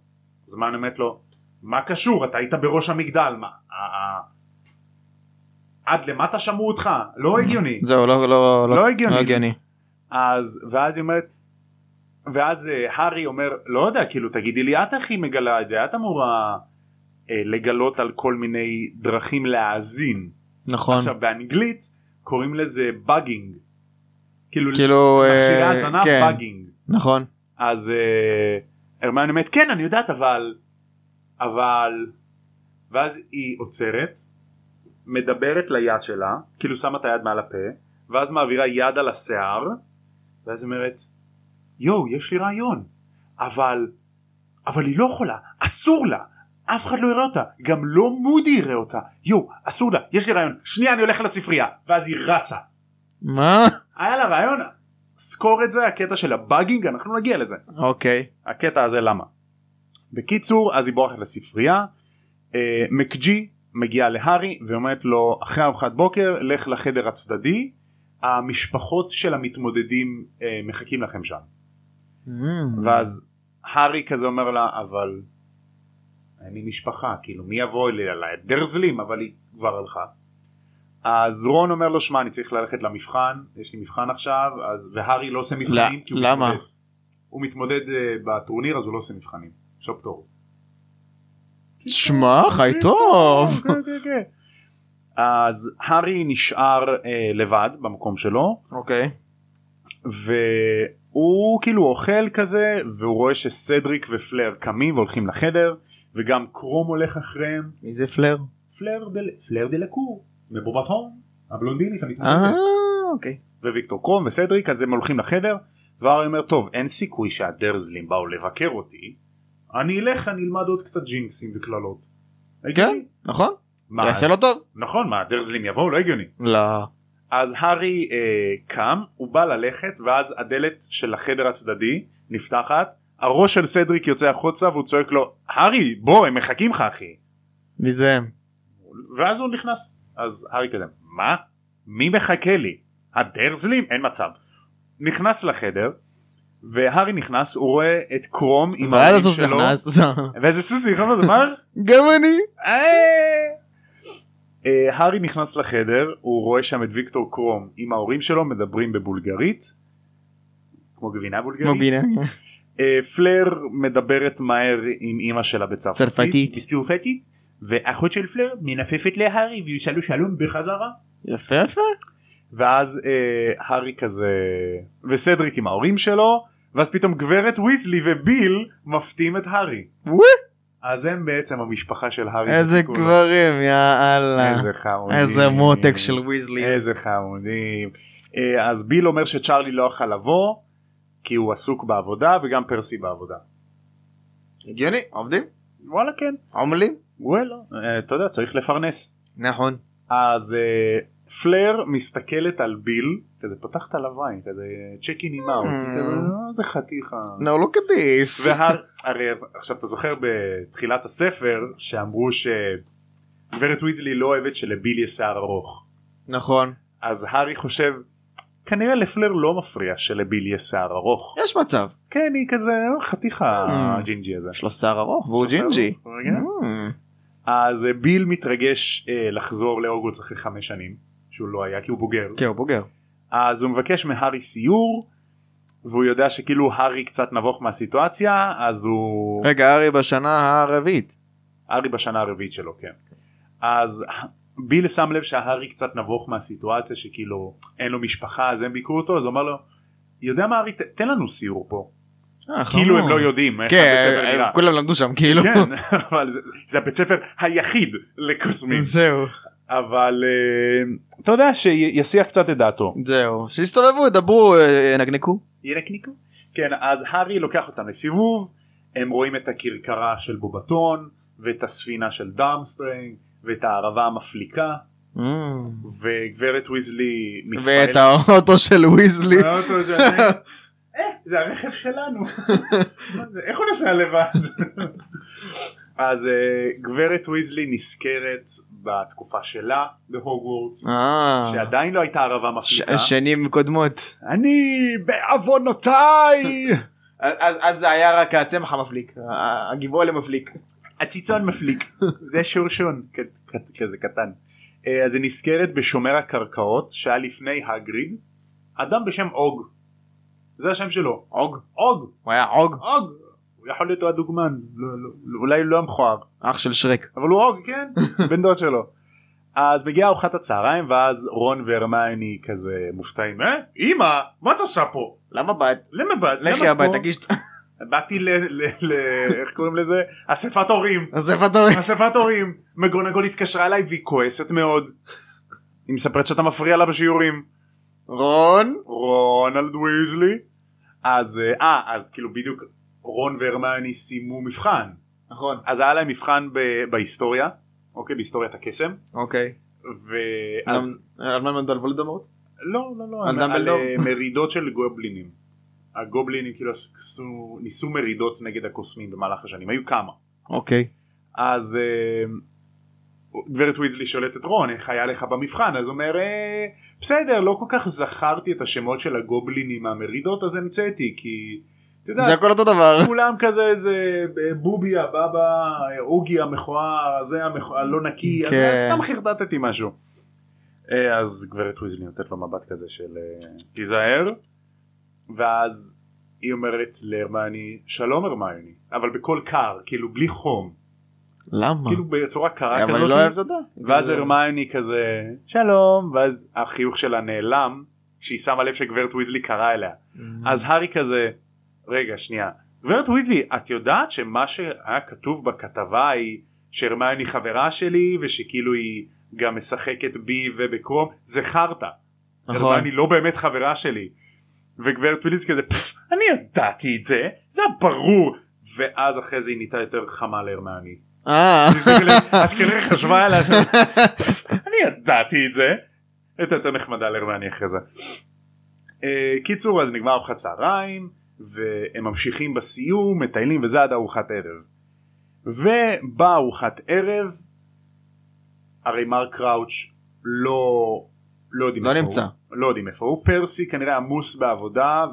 Speaker 1: אז מה אני אומרת לו מה קשור אתה היית בראש המגדל מה ה- ה- עד למטה שמעו אותך לא הגיוני
Speaker 2: זהו, לא, לא,
Speaker 1: לא הגיוני.
Speaker 2: לא הגיוני.
Speaker 1: אז ואז היא אומרת ואז אה, הארי אומר לא יודע כאילו תגידי לי את הכי מגלה את זה את אמורה אה, לגלות על כל מיני דרכים להאזין
Speaker 2: נכון.
Speaker 1: עכשיו באנגלית קוראים לזה באגינג. כאילו
Speaker 2: כאילו... אה,
Speaker 1: מכשירי האזנה
Speaker 2: כן,
Speaker 1: באגינג
Speaker 2: נכון.
Speaker 1: אז אה, הרמיון אומרת כן אני יודעת אבל אבל ואז היא עוצרת מדברת ליד שלה כאילו שמה את היד מעל הפה ואז מעבירה יד על השיער ואז היא אומרת יואו יש לי רעיון אבל אבל היא לא יכולה אסור לה אף אחד לא יראה אותה גם לא מודי יראה אותה יואו אסור לה יש לי רעיון שנייה אני הולך לספרייה ואז היא רצה
Speaker 2: מה?
Speaker 1: היה לה רעיון סקור את זה הקטע של הבאגינג אנחנו נגיע לזה
Speaker 2: אוקיי.
Speaker 1: הקטע הזה למה. בקיצור אז היא בורחת לספרייה אה, מקג'י מגיעה להארי ואומרת לו אחרי ארוחת בוקר לך לחדר הצדדי המשפחות של המתמודדים אה, מחכים לכם שם ואז הארי כזה אומר לה אבל אני משפחה כאילו מי יבוא אלי עליי דרזלים אבל היא כבר הלכה. אז רון אומר לו שמע אני צריך ללכת למבחן יש לי מבחן עכשיו אז והארי לא עושה מבחנים
Speaker 2: לא,
Speaker 1: כי הוא
Speaker 2: למה?
Speaker 1: מתמודד. הוא מתמודד אה, בטורניר אז הוא לא עושה מבחנים. יש לו פטור.
Speaker 2: שמע, חי טוב.
Speaker 1: אה, כן, כן, כן. אז הארי נשאר אה, לבד במקום שלו
Speaker 2: אוקיי.
Speaker 1: והוא כאילו אוכל כזה והוא רואה שסדריק ופלר קמים והולכים לחדר וגם קרום הולך אחריהם
Speaker 2: מי זה פלר?
Speaker 1: פלר דל פלר דל הקור מבובת הון הבלונדינית
Speaker 2: אה,
Speaker 1: המתמודדת
Speaker 2: אוקיי.
Speaker 1: וויקטור קרום וסדריק אז הם הולכים לחדר והארי אומר טוב אין סיכוי שהדרזלים באו לבקר אותי אני אלך אני אלמד עוד קצת ג'ינקסים וקללות.
Speaker 2: כן,
Speaker 1: הגיוני.
Speaker 2: נכון.
Speaker 1: מה,
Speaker 2: יעשה לו טוב.
Speaker 1: נכון מה הדרזלים יבואו לא הגיוני.
Speaker 2: לא.
Speaker 1: אז הארי אה, קם, הוא בא ללכת, ואז הדלת של החדר הצדדי נפתחת, הראש של סדריק יוצא החוצה והוא צועק לו, הארי, בוא, הם מחכים לך אחי.
Speaker 2: מי זה הם?
Speaker 1: ואז הוא נכנס. אז הארי כזה, מה? מי מחכה לי? הדרזלים? אין מצב. נכנס לחדר, והארי נכנס, הוא רואה את קרום עם
Speaker 2: ואז
Speaker 1: ההורים
Speaker 2: הסוס
Speaker 1: שלו.
Speaker 2: נכנס.
Speaker 1: ואיזה סוס נכנס לזמר?
Speaker 2: גם אני.
Speaker 1: אה, הארי נכנס לחדר, הוא רואה שם את ויקטור קרום עם ההורים שלו מדברים בבולגרית, כמו גבינה
Speaker 2: כמו
Speaker 1: בולגרית.
Speaker 2: בינה.
Speaker 1: אה, פלר מדברת מהר עם אימא שלה בצרפתית.
Speaker 2: צרפתית.
Speaker 1: בצרפתית. ואחות של פלר מנפפת להארי והיא שאלו שלום בחזרה.
Speaker 2: יפה יפה.
Speaker 1: ואז אה, הארי כזה וסדריק עם ההורים שלו ואז פתאום גברת ויסלי וביל מפתים את הארי.
Speaker 2: וואי,
Speaker 1: אז הם בעצם המשפחה של הארי.
Speaker 2: איזה
Speaker 1: בסיכון.
Speaker 2: גברים, יאללה.
Speaker 1: איזה חמודים.
Speaker 2: איזה מותק של ויזלי.
Speaker 1: איזה חמודים. אה, אז ביל אומר שצ'ארלי לא יכל לבוא כי הוא עסוק בעבודה וגם פרסי בעבודה.
Speaker 2: הגיוני, עובדים?
Speaker 1: וואלה כן.
Speaker 2: עמלים?
Speaker 1: וואלה. אה, אתה יודע צריך לפרנס.
Speaker 2: נכון.
Speaker 1: אז אה, פלר מסתכלת על ביל כזה פתחת עליו עין כזה צ'ק אין עם אאוט. איזה חתיכה.
Speaker 2: Hmm. No, look at this.
Speaker 1: והר- הרי עכשיו אתה זוכר בתחילת הספר שאמרו שגברת ויזלי לא אוהבת שלביל יש שיער ארוך.
Speaker 2: נכון.
Speaker 1: אז הארי חושב כנראה לפלר לא מפריע שלביל יש שיער ארוך
Speaker 2: יש מצב.
Speaker 1: כן היא כזה "אה, חתיכה
Speaker 2: Mm.
Speaker 1: הג'ינג'י הזה.
Speaker 2: יש לו שיער ארוך והוא
Speaker 1: יש לו שיער
Speaker 2: ג'ינג'י. Mm. Mm-hmm.
Speaker 1: ארוך, רגע. כן. אז אה, ביל מתרגש אה, לחזור להוגוורטס אחרי חמש שנים שהוא לא היה כי הוא בוגר
Speaker 2: כן, הוא בוגר.
Speaker 1: אז הוא מבקש מהארי סיור והוא יודע שכאילו הארי קצת נבוך מהסיטואציה אז הוא
Speaker 2: רגע, ארי בשנה הרביעית.
Speaker 1: הארי בשנה הרביעית שלו כן אז ביל שם לב שהארי קצת נבוך מהסיטואציה שכאילו אין לו משפחה אז הם ביקרו אותו אז הוא אמר לו יודע מה הארי ת- תן לנו סיור פה
Speaker 2: אה,
Speaker 1: כאילו הם
Speaker 2: חמוד.
Speaker 1: לא יודעים איך הבית
Speaker 2: כן,
Speaker 1: ספר
Speaker 2: הם-
Speaker 1: נראה.
Speaker 2: כולם למדו שם, כאילו.
Speaker 1: כן, אבל זה- זה הבית ספר היחיד לקוסמים
Speaker 2: זהו.
Speaker 1: אבל אה, אתה יודע שיסיח קצת את דעתו.
Speaker 2: זהו. שיסתובבו, ידברו, אה, ינגנגו.
Speaker 1: ינקניקו? כן אז הארי לוקח אותם לסיבוב הם רואים את הכרכרה של בובטון ואת הספינה של דארמסטרנג ואת הערבה המפליקה
Speaker 2: Mm.
Speaker 1: וגברת ויזלי
Speaker 2: ואת האוטו של ויזלי.
Speaker 1: האוטו של- אה, זה הרכב שלנו מה זה? איך הוא נוסע לבד אז אה, גברת ויזלי נזכרת בתקופה שלה בהוגוורטס
Speaker 2: אה.
Speaker 1: שעדיין לא הייתה ערבה מפליקה
Speaker 2: ש- שנים קודמות.
Speaker 1: אני בעוונותיי
Speaker 2: אז- אז אז זה היה רק הצמח המפליק. ה- הגיבול המפליק.
Speaker 1: הציצון מפליק זה שורשון כ- כ- כזה קטן אה, אז היא נזכרת בשומר הקרקעות שהיה לפני הגריד, אדם בשם אוג. זה השם שלו,
Speaker 2: עוג?
Speaker 1: אוג,
Speaker 2: הוא היה עוג?
Speaker 1: אוג. הוא יכול להיות הוא הדוגמן, לא, לא, אולי לא המכוער,
Speaker 2: אח של שרק.
Speaker 1: אבל הוא הוג, כן, בן דוד שלו. אז מגיעה ארוחת הצהריים ואז רון והרמיוני כזה מופתעים, אה? אמא, מה את עושה פה?
Speaker 2: למה באת?
Speaker 1: למה באת?
Speaker 2: לכי
Speaker 1: למה את
Speaker 2: הביתה,
Speaker 1: פה?"
Speaker 2: תגיש...
Speaker 1: באתי ל... ל- ל- איך קוראים לזה? אספת הורים.
Speaker 2: אז איפה אתה רואה?
Speaker 1: אספת הורים. מגונגול התקשרה אליי והיא כועסת מאוד. היא מספרת שאתה מפריע לה בשיעורים.
Speaker 2: רון?
Speaker 1: רונלד ויזלי. אז אה, אה, אז כאילו בדיוק רון והרמיוני סיימו מבחן.
Speaker 2: נכון.
Speaker 1: אז היה להם מבחן ב- בהיסטוריה. אוקיי, בהיסטוריית הקסם.
Speaker 2: אוקיי.
Speaker 1: ואז...
Speaker 2: על מה מדבר וולדמורט?
Speaker 1: לא, לא, לא.
Speaker 2: על
Speaker 1: על
Speaker 2: דמבלדור?
Speaker 1: אה, מרידות של גובלינים. הגובלינים כאילו עשו- ניסו מרידות נגד הקוסמים במהלך השנים. היו כמה.
Speaker 2: אוקיי.
Speaker 1: אז אה, גברת ויזלי שואלת את רון איך היה לך במבחן אז הוא אומר "אה, בסדר לא כל כך זכרתי את השמות של הגובלינים מהמרידות אז המצאתי כי אתה יודע
Speaker 2: זה הכל אותו דבר.
Speaker 1: כולם כזה איזה אה, בובי הבבא אה, אוגי המכוער זה המכוער הלא נקי אז
Speaker 2: כן.
Speaker 1: סתם חרדטתי משהו. אה, אז גברת ויזלי נותנת לו מבט כזה של אה, תיזהר ואז היא אומרת להרמיוני שלום הרמיוני אבל בקול קר כאילו בלי חום.
Speaker 2: למה?
Speaker 1: כאילו בצורה קרה
Speaker 2: אבל אני
Speaker 1: כזאת
Speaker 2: לא אוהב אותה.
Speaker 1: ואז הרמיוני כזה שלום ואז החיוך שלה נעלם שהיא שמה לב שגברת ויזלי קרא אליה
Speaker 2: Mm.
Speaker 1: אז הארי כזה רגע שנייה גברת ויזלי את יודעת שמה שהיה כתוב בכתבה היא שהרמיוני חברה שלי ושכאילו היא גם משחקת בי ובקרום זה חרטא
Speaker 2: נכון.
Speaker 1: הרמיוני לא באמת חברה שלי וגברת ויזלי כזה "פפ, אני ידעתי את זה זה היה ברור ואז אחרי זה היא נהייתה יותר חמה להרמיוני
Speaker 2: אה.
Speaker 1: אז כנראה- כאילו, אז כנראה חשבה עליה שם, אני ידעתי את זה. הייתה יותר נחמדה לרמני אחרי זה. אה, קיצור אז נגמר ארוחת צהריים והם ממשיכים בסיום מטיילים וזה עד ארוחת ערב. ובאה ארוחת ערב הרי מר קראוץ' לא לא יודעים
Speaker 2: לא
Speaker 1: איפה
Speaker 2: נמצא.
Speaker 1: הוא, לא יודעים איפה הוא פרסי כנראה עמוס בעבודה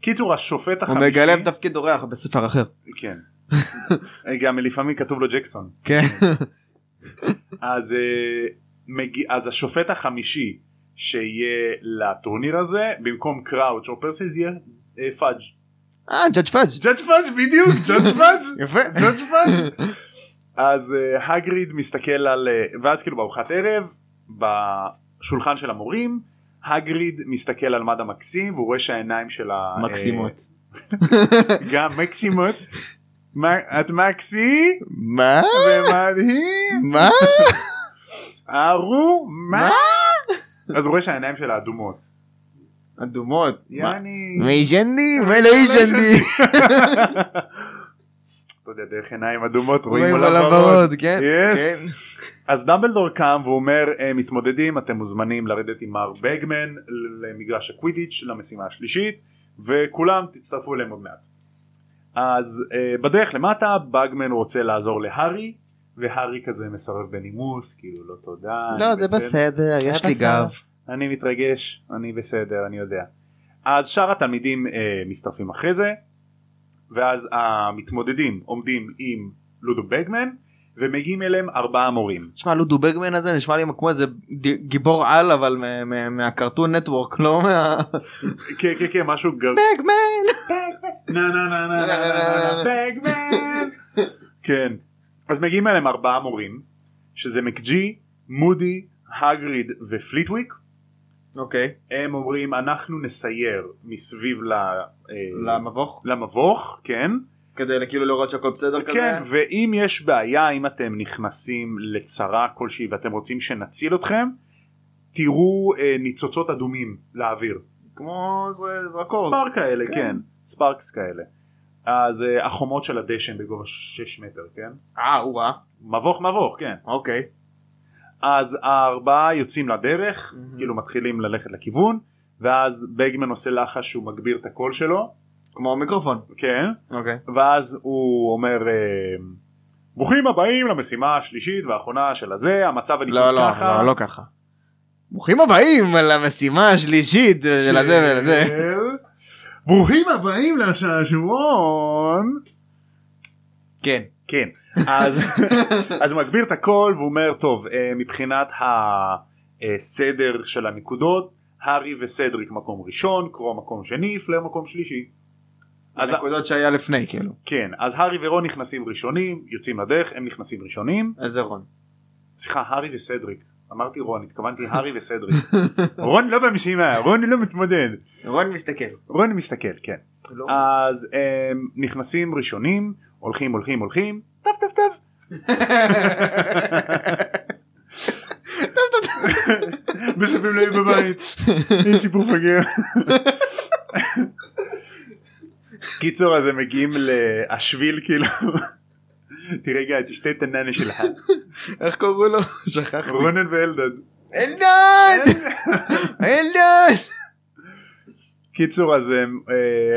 Speaker 1: וקיצור השופט
Speaker 2: הוא
Speaker 1: החמישי
Speaker 2: מגלם תפקיד אורח בספר אחר.
Speaker 1: כן גם לפעמים כתוב לו ג'קסון
Speaker 2: כן.
Speaker 1: אז, אה, מגיע, אז השופט החמישי שיהיה לטורניר הזה במקום קראוץ' או פרסיס יהיה אה, פאג'.
Speaker 2: אה, ג'אדג' פאג'.
Speaker 1: ג'אדג' פאג' בדיוק ג'אדג' פאג'.
Speaker 2: יפה.
Speaker 1: ג'אדג' פאג'. אז אה, הגריד מסתכל על אה, ואז כאילו בארוחת ערב בשולחן של המורים הגריד מסתכל על מד המקסים והוא רואה שהעיניים של ה... אה,
Speaker 2: מקסימות.
Speaker 1: גם מקסימות. מה- את מקסי
Speaker 2: מה?
Speaker 1: ומדהים
Speaker 2: מה?
Speaker 1: ארו מה אז הוא רואה שהעיניים שלה אדומות.
Speaker 2: אדומות.
Speaker 1: יעני.
Speaker 2: מיישנדי ולא
Speaker 1: ישנתי.
Speaker 2: ישנדי.
Speaker 1: אתה יודע דרך עיניים אדומות רואים
Speaker 2: רואים
Speaker 1: עולם
Speaker 2: עולם
Speaker 1: ורוד.
Speaker 2: ורוד, כן.
Speaker 1: יס. אז דמבלדור קם והוא אומר "אה, מתמודדים אתם מוזמנים לרדת עם מר בגמן למגרש הקווידיץ' למשימה השלישית וכולם תצטרפו אליהם עוד מעט. אז אה, בדרך למטה בגמן רוצה לעזור להארי והארי כזה מסרב בנימוס כאילו לא תודה.
Speaker 2: לא,
Speaker 1: אני
Speaker 2: זה בסדר, יש לי גב.
Speaker 1: אני מתרגש, אני בסדר, אני יודע. אז שאר התלמידים אה, מצטרפים אחרי זה, ואז המתמודדים עומדים עם לודו בגמן, ומגיעים אליהם ארבעה מורים.
Speaker 2: תשמע, לודו בגמן הזה נשמע לי כמו איזה ד- גיבור על, אבל מה- מה- מהקרטון נטוורק, לא מה...
Speaker 1: כן, כן, כן, משהו גר...
Speaker 2: בגמן!
Speaker 1: נה נה נה נה נה נה נה בגמן! כן. אז מגיעים אליהם ארבעה מורים, שזה מקג'י, מודי, הגריד ופליטוויק.
Speaker 2: אוקיי,
Speaker 1: הם אומרים אנחנו נסייר מסביב ל... אה,
Speaker 2: למבוך,
Speaker 1: למבוך, כן?
Speaker 2: כדי כאילו לראות שהכל בסדר כזה.
Speaker 1: כן, ואם יש בעיה, אם אתם נכנסים לצרה כלשהי ואתם רוצים שנציל אתכם, תראו אה, ניצוצות אדומים לאוויר.
Speaker 2: כמו זר- זרקור.
Speaker 1: ספארק כאלה,
Speaker 2: כן.
Speaker 1: כן. כן, ספארקס כאלה. אז אה, החומות של הדשן בגובה 6 מטר, כן?
Speaker 2: אה, או-אה,
Speaker 1: מבוך מבוך, כן.
Speaker 2: אוקיי.
Speaker 1: אז הארבעה יוצאים לדרך,
Speaker 2: Mhm.
Speaker 1: כאילו מתחילים ללכת לכיוון, ואז בגמן עושה לחש שהוא מגביר את הקול שלו,
Speaker 2: כמו מיקרופון.
Speaker 1: כן?
Speaker 2: אוקיי.
Speaker 1: ואז הוא אומר אה, ברוכים הבאים למשימה השלישית והאחרונה של הזה המצב הנקרא
Speaker 2: לא, לא,
Speaker 1: ככה.
Speaker 2: לא, לא ככה. ברוכים הבאים למשימה השלישית של הזה ולזה.
Speaker 1: ברוכים הבאים לשעשועון.
Speaker 2: כן.
Speaker 1: כן אז, אז הוא מגביר את הכל והוא אומר טוב אה, מבחינת הסדר של הנקודות הארי וסדריק מקום ראשון קרוא מקום שני פלר מקום שלישי. אז
Speaker 2: הנקודות שהיה לפני כאילו.
Speaker 1: כן אז הארי ורון נכנסים ראשונים יוצאים לדרך הם נכנסים ראשונים
Speaker 2: איזה רון.
Speaker 1: סליחה הארי וסדריק אמרתי רון התכוונתי הארי וסדריק רון לא במשימה רון לא מתמודד
Speaker 2: רון מסתכל. אה,
Speaker 1: רון מסתכל כן אז הם נכנסים ראשונים הולכים הולכים הולכים טף טף טף מספרים להם בבית אין סיפור פגר. קיצור אז הם מגיעים להשביל כאילו תראה גיא תשתה את הננה שלך
Speaker 2: איך קראו לו? שכחתי.
Speaker 1: רונן ואלדד.
Speaker 2: אלדד! אה, אלדד!
Speaker 1: קיצור אז הם אה,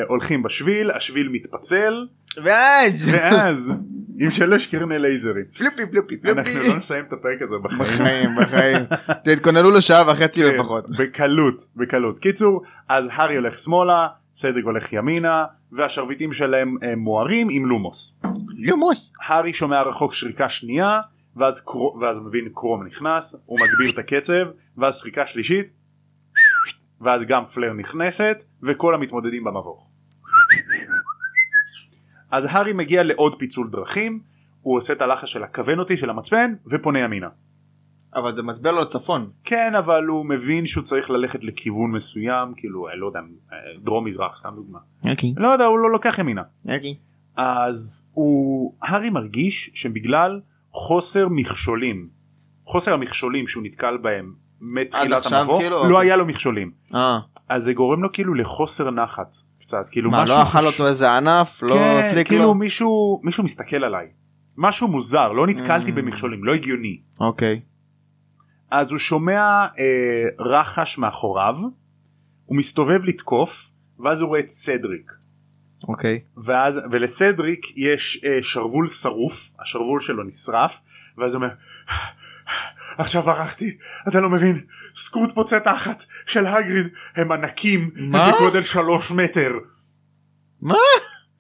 Speaker 1: הולכים בשביל השביל מתפצל
Speaker 2: ואז!
Speaker 1: ואז עם שלוש קרני לייזרים
Speaker 2: פלופי פלופי
Speaker 1: אנחנו לא
Speaker 2: פלופי.
Speaker 1: נסיים את הפרק הזה בחיים.
Speaker 2: בחיים בחיים. תתכוננו לשעה וחצי
Speaker 1: כן,
Speaker 2: לפחות.
Speaker 1: בקלות בקלות קיצור אז הארי הולך שמאלה סדריק הולך ימינה והשרביטים שלהם הם מוארים עם לומוס
Speaker 2: לומוס.
Speaker 1: הארי שומע רחוק שריקה שנייה ואז קרו- ואז הוא מבין קרום נכנס הוא מגביר את הקצב ואז שריקה שלישית ואז גם פלר נכנסת וכל המתמודדים במבוך. אז הארי מגיע לעוד פיצול דרכים הוא עושה את הלחש של הכוון אותי של המצפן ופונה ימינה.
Speaker 2: אבל זה מצביע לו לצפון.
Speaker 1: כן אבל הוא מבין שהוא צריך ללכת לכיוון מסוים כאילו אני לא יודע אה, דרום מזרח סתם דוגמה
Speaker 2: אוקיי.
Speaker 1: לא יודע הוא לא לוקח ימינה
Speaker 2: אוקיי.
Speaker 1: אז הוא הארי מרגיש שבגלל חוסר מכשולים חוסר המכשולים שהוא נתקל בהם מתחילת
Speaker 2: עכשיו,
Speaker 1: המבוא
Speaker 2: כאילו?
Speaker 1: לא היה לו מכשולים
Speaker 2: אה.
Speaker 1: אז זה גורם לו כאילו לחוסר נחת קצת כאילו
Speaker 2: מה
Speaker 1: משהו
Speaker 2: לא אכל
Speaker 1: חוש-
Speaker 2: אותו איזה ענף? לא
Speaker 1: כן,
Speaker 2: הפליק
Speaker 1: כאילו
Speaker 2: לו?
Speaker 1: מישהו מישהו מסתכל עליי משהו מוזר לא נתקלתי
Speaker 2: Mm.
Speaker 1: במכשולים לא הגיוני
Speaker 2: אוקיי.
Speaker 1: אז הוא שומע אה, רחש מאחוריו, הוא מסתובב לתקוף, ואז הוא רואה את סדריק.
Speaker 2: אוקיי.
Speaker 1: ואז, ולסדריק יש אה, שרוול שרוף, השרוול שלו נשרף, ואז הוא אומר, עכשיו ברחתי, אתה לא מבין, סקוט פוצע תחת של הגריד, הם ענקים,
Speaker 2: מה?
Speaker 1: הם בגודל שלוש מטר.
Speaker 2: מה?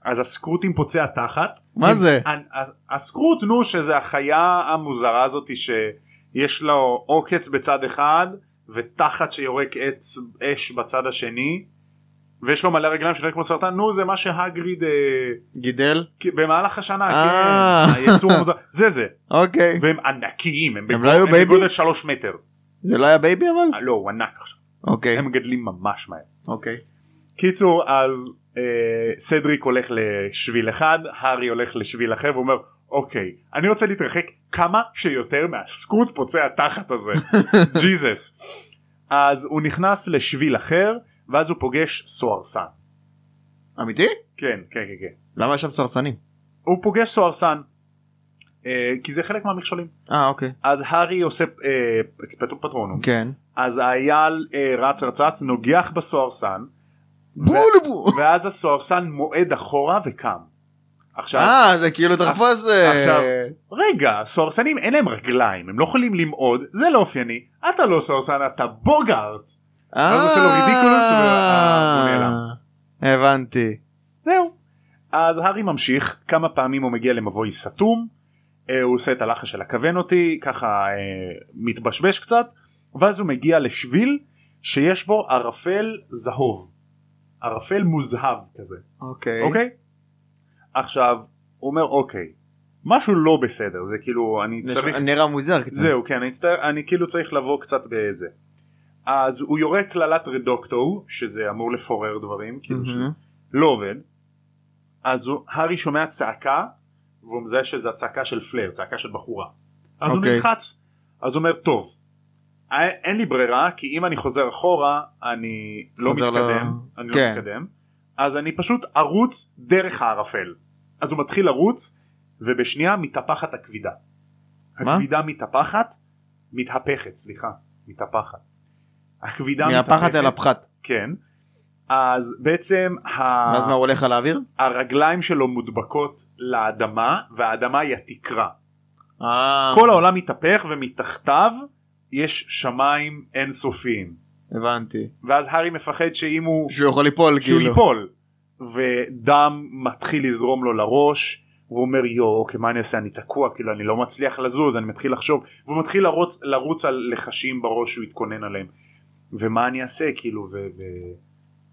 Speaker 1: אז הסקרוטים פוצע תחת.
Speaker 2: מה
Speaker 1: הם-
Speaker 2: זה?
Speaker 1: ה- ה- הסקרוט נו שזה החיה המוזרה הזאת שיש לו עוקץ בצד אחד ותחת שיורק עץ אש בצד השני ויש לו מלא רגליים שנראה כמו סרטן נו זה מה שהגריד אה,
Speaker 2: גידל?
Speaker 1: כ- במהלך השנה
Speaker 2: אה.
Speaker 1: כן, היצור המוזר זה זה
Speaker 2: אוקיי.
Speaker 1: והם ענקיים הם,
Speaker 2: לא היו
Speaker 1: בגוד- הם
Speaker 2: בייבי?
Speaker 1: בגודל שלוש מטר
Speaker 2: זה לא היה בייבי אבל?
Speaker 1: אה, לא הוא ענק עכשיו
Speaker 2: אוקיי.
Speaker 1: הם מגדלים ממש מהר.
Speaker 2: אוקיי.
Speaker 1: קיצור אז אה, סדריק הולך לשביל אחד הארי הולך לשביל אחר ואומר אוקיי אני רוצה להתרחק כמה שיותר מהסקוט פוצע התחת הזה ג'יזוס. אז הוא נכנס לשביל אחר ואז הוא פוגש סוהרסן.
Speaker 2: אמיתי?
Speaker 1: כן כן כן כן.
Speaker 2: למה יש שם סרסנים?
Speaker 1: הוא פוגש סוהרסן. אה, כי זה חלק מהמכשולים.
Speaker 2: אה אוקיי.
Speaker 1: אז הארי עושה אה, אקספטו פטרונום.
Speaker 2: כן.
Speaker 1: אז האייל אה, רץ רץ רץ נוגח בסוהרסן
Speaker 2: בולבו!
Speaker 1: ואז הסוהרסן מועד אחורה וקם. עכשיו
Speaker 2: אה זה כאילו תחפוש... אה,
Speaker 1: עכשיו. רגע סוהרסנים אין להם רגליים הם לא יכולים למעוד זה לא אופייני אתה לא סוהרסן אתה בוגארט
Speaker 2: אה.
Speaker 1: ואז עושה לו רידיקולוס והוא נעלם.
Speaker 2: הבנתי.
Speaker 1: זהו. אז הארי ממשיך כמה פעמים הוא מגיע למבוי סתום אה, הוא עושה את הלחש של הכוון אותי ככה אה, מתבשבש קצת ואז הוא מגיע לשביל שיש בו ערפל זהוב ערפל מוזהב כזה
Speaker 2: אוקיי.
Speaker 1: אוקיי? עכשיו הוא אומר אוקיי משהו לא בסדר זה כאילו אני
Speaker 2: זה
Speaker 1: צריך
Speaker 2: ש- נראה מוזר קצת.
Speaker 1: זהו כן אני, אצטער, אני כאילו צריך לבוא קצת בזה. אז הוא יורה קללת רדוקטו שזה אמור לפורר דברים כאילו mm-hmm.
Speaker 2: מהמם.
Speaker 1: לא עובד. אז הוא, הארי שומע צעקה והוא מזהה שזה הצעקה של פלר צעקה של בחורה. אז הוא
Speaker 2: אוקיי.
Speaker 1: נלחץ אז הוא אומר טוב. אה, אין לי ברירה כי אם אני חוזר אחורה אני לא
Speaker 2: חוזר ל-
Speaker 1: מתקדם אני
Speaker 2: כן.
Speaker 1: לא מתקדם אז אני פשוט ארוץ דרך הערפל אז הוא מתחיל לרוץ ובשנייה מתהפכת הכבידה.
Speaker 2: מה?
Speaker 1: הכבידה מתהפכת מתהפכת סליחה מתהפכת. הכבידה
Speaker 2: מהפחת אל הפחת.
Speaker 1: כן אז בעצם ה...
Speaker 2: ואז מה הוא הולך על האוויר?
Speaker 1: הרגליים שלו מודבקות לאדמה והאדמה היא התקרה
Speaker 2: אה.
Speaker 1: כל העולם מתהפך ומתחתיו יש שמיים אינסופיים
Speaker 2: הבנתי.
Speaker 1: ואז הארי מפחד שאם הוא
Speaker 2: שהוא יכול ליפול
Speaker 1: שהוא
Speaker 2: כאילו.
Speaker 1: ייפול ודם מתחיל לזרום לו לראש הוא אומר יואו אוקיי מה אני עושה אני תקוע כאילו אני לא מצליח לזוז אני מתחיל לחשוב והוא מתחיל לרוץ, לרוץ על לחשים בראש שהוא התכונן עליהם ומה אני אעשה כאילו ו... ו...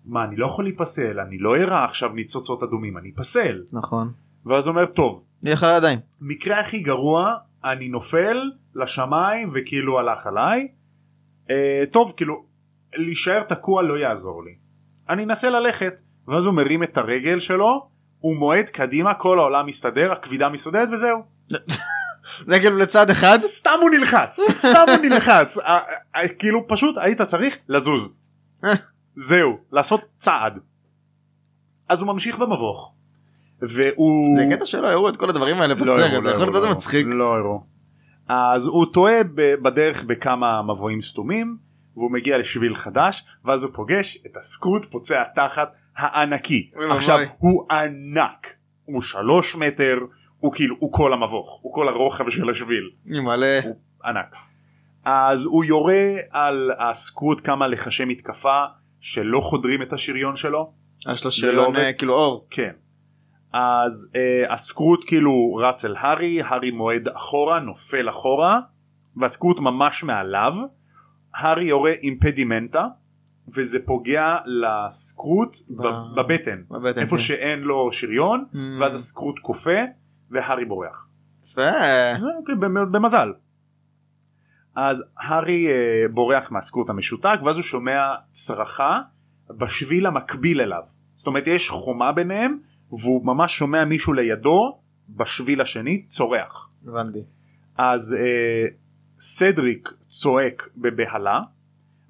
Speaker 1: מה אני לא יכול להיפסל אני לא אראה עכשיו ניצוצות אדומים אני אפסל
Speaker 2: נכון.
Speaker 1: ואז הוא אומר טוב
Speaker 2: נלך על הידיים.
Speaker 1: מקרה הכי גרוע אני נופל לשמיים וכאילו הלך עליי אה, טוב כאילו להישאר תקוע לא יעזור לי אני אנסה ללכת ואז הוא מרים את הרגל שלו הוא מועד קדימה כל העולם מסתדר הכבידה מסתדרת וזהו
Speaker 2: זה כאילו לצד אחד.
Speaker 1: סתם הוא נלחץ סתם הוא נלחץ אה, אה, כאילו פשוט היית צריך לזוז זהו לעשות צעד אז הוא ממשיך במבוך והוא
Speaker 2: זה קטע שלא הראו את כל הדברים האלה בסרט.
Speaker 1: לא
Speaker 2: יכול
Speaker 1: הראו,
Speaker 2: להיות
Speaker 1: לא
Speaker 2: זה
Speaker 1: הראו.
Speaker 2: מצחיק.
Speaker 1: לא הראו. אז הוא טועה ב- בדרך בכמה מבואים סתומים והוא מגיע לשביל חדש ואז הוא פוגש את הסקוט פוצע תחת הענקי
Speaker 2: אוי
Speaker 1: עכשיו
Speaker 2: ואבוי.
Speaker 1: הוא ענק הוא שלוש מטר הוא כאילו הוא כל המבוך הוא כל הרוחב של השביל
Speaker 2: אני מלא.
Speaker 1: ענק. אז הוא יורה על הסקוט כמה לחשי מתקפה שלא חודרים את השריון שלו
Speaker 2: יש לו
Speaker 1: לא
Speaker 2: שריון
Speaker 1: עובד.
Speaker 2: אה, כאילו אור.
Speaker 1: כן. אז אה, הסקרוט כאילו רץ אל הארי, הארי מועד אחורה, נופל אחורה, והסקרוט ממש מעליו. הארי יורה אימפדימנטה, וזה פוגע לסקרוט ב-
Speaker 2: ב-
Speaker 1: בבטן,
Speaker 2: בבטן.
Speaker 1: איפה
Speaker 2: כן.
Speaker 1: שאין לו שריון,
Speaker 2: Mm,
Speaker 1: ואז הסקרוט קופא, והארי בורח.
Speaker 2: יפה.
Speaker 1: אה, אוקיי, במ- במזל. אז הארי אה, בורח מהסקוט המשותק ואז הוא שומע צרחה בשביל המקביל אליו. זאת אומרת יש חומה ביניהם והוא ממש שומע מישהו לידו בשביל השני צורח.
Speaker 2: הבנתי.
Speaker 1: אז אה, סדריק צועק בבהלה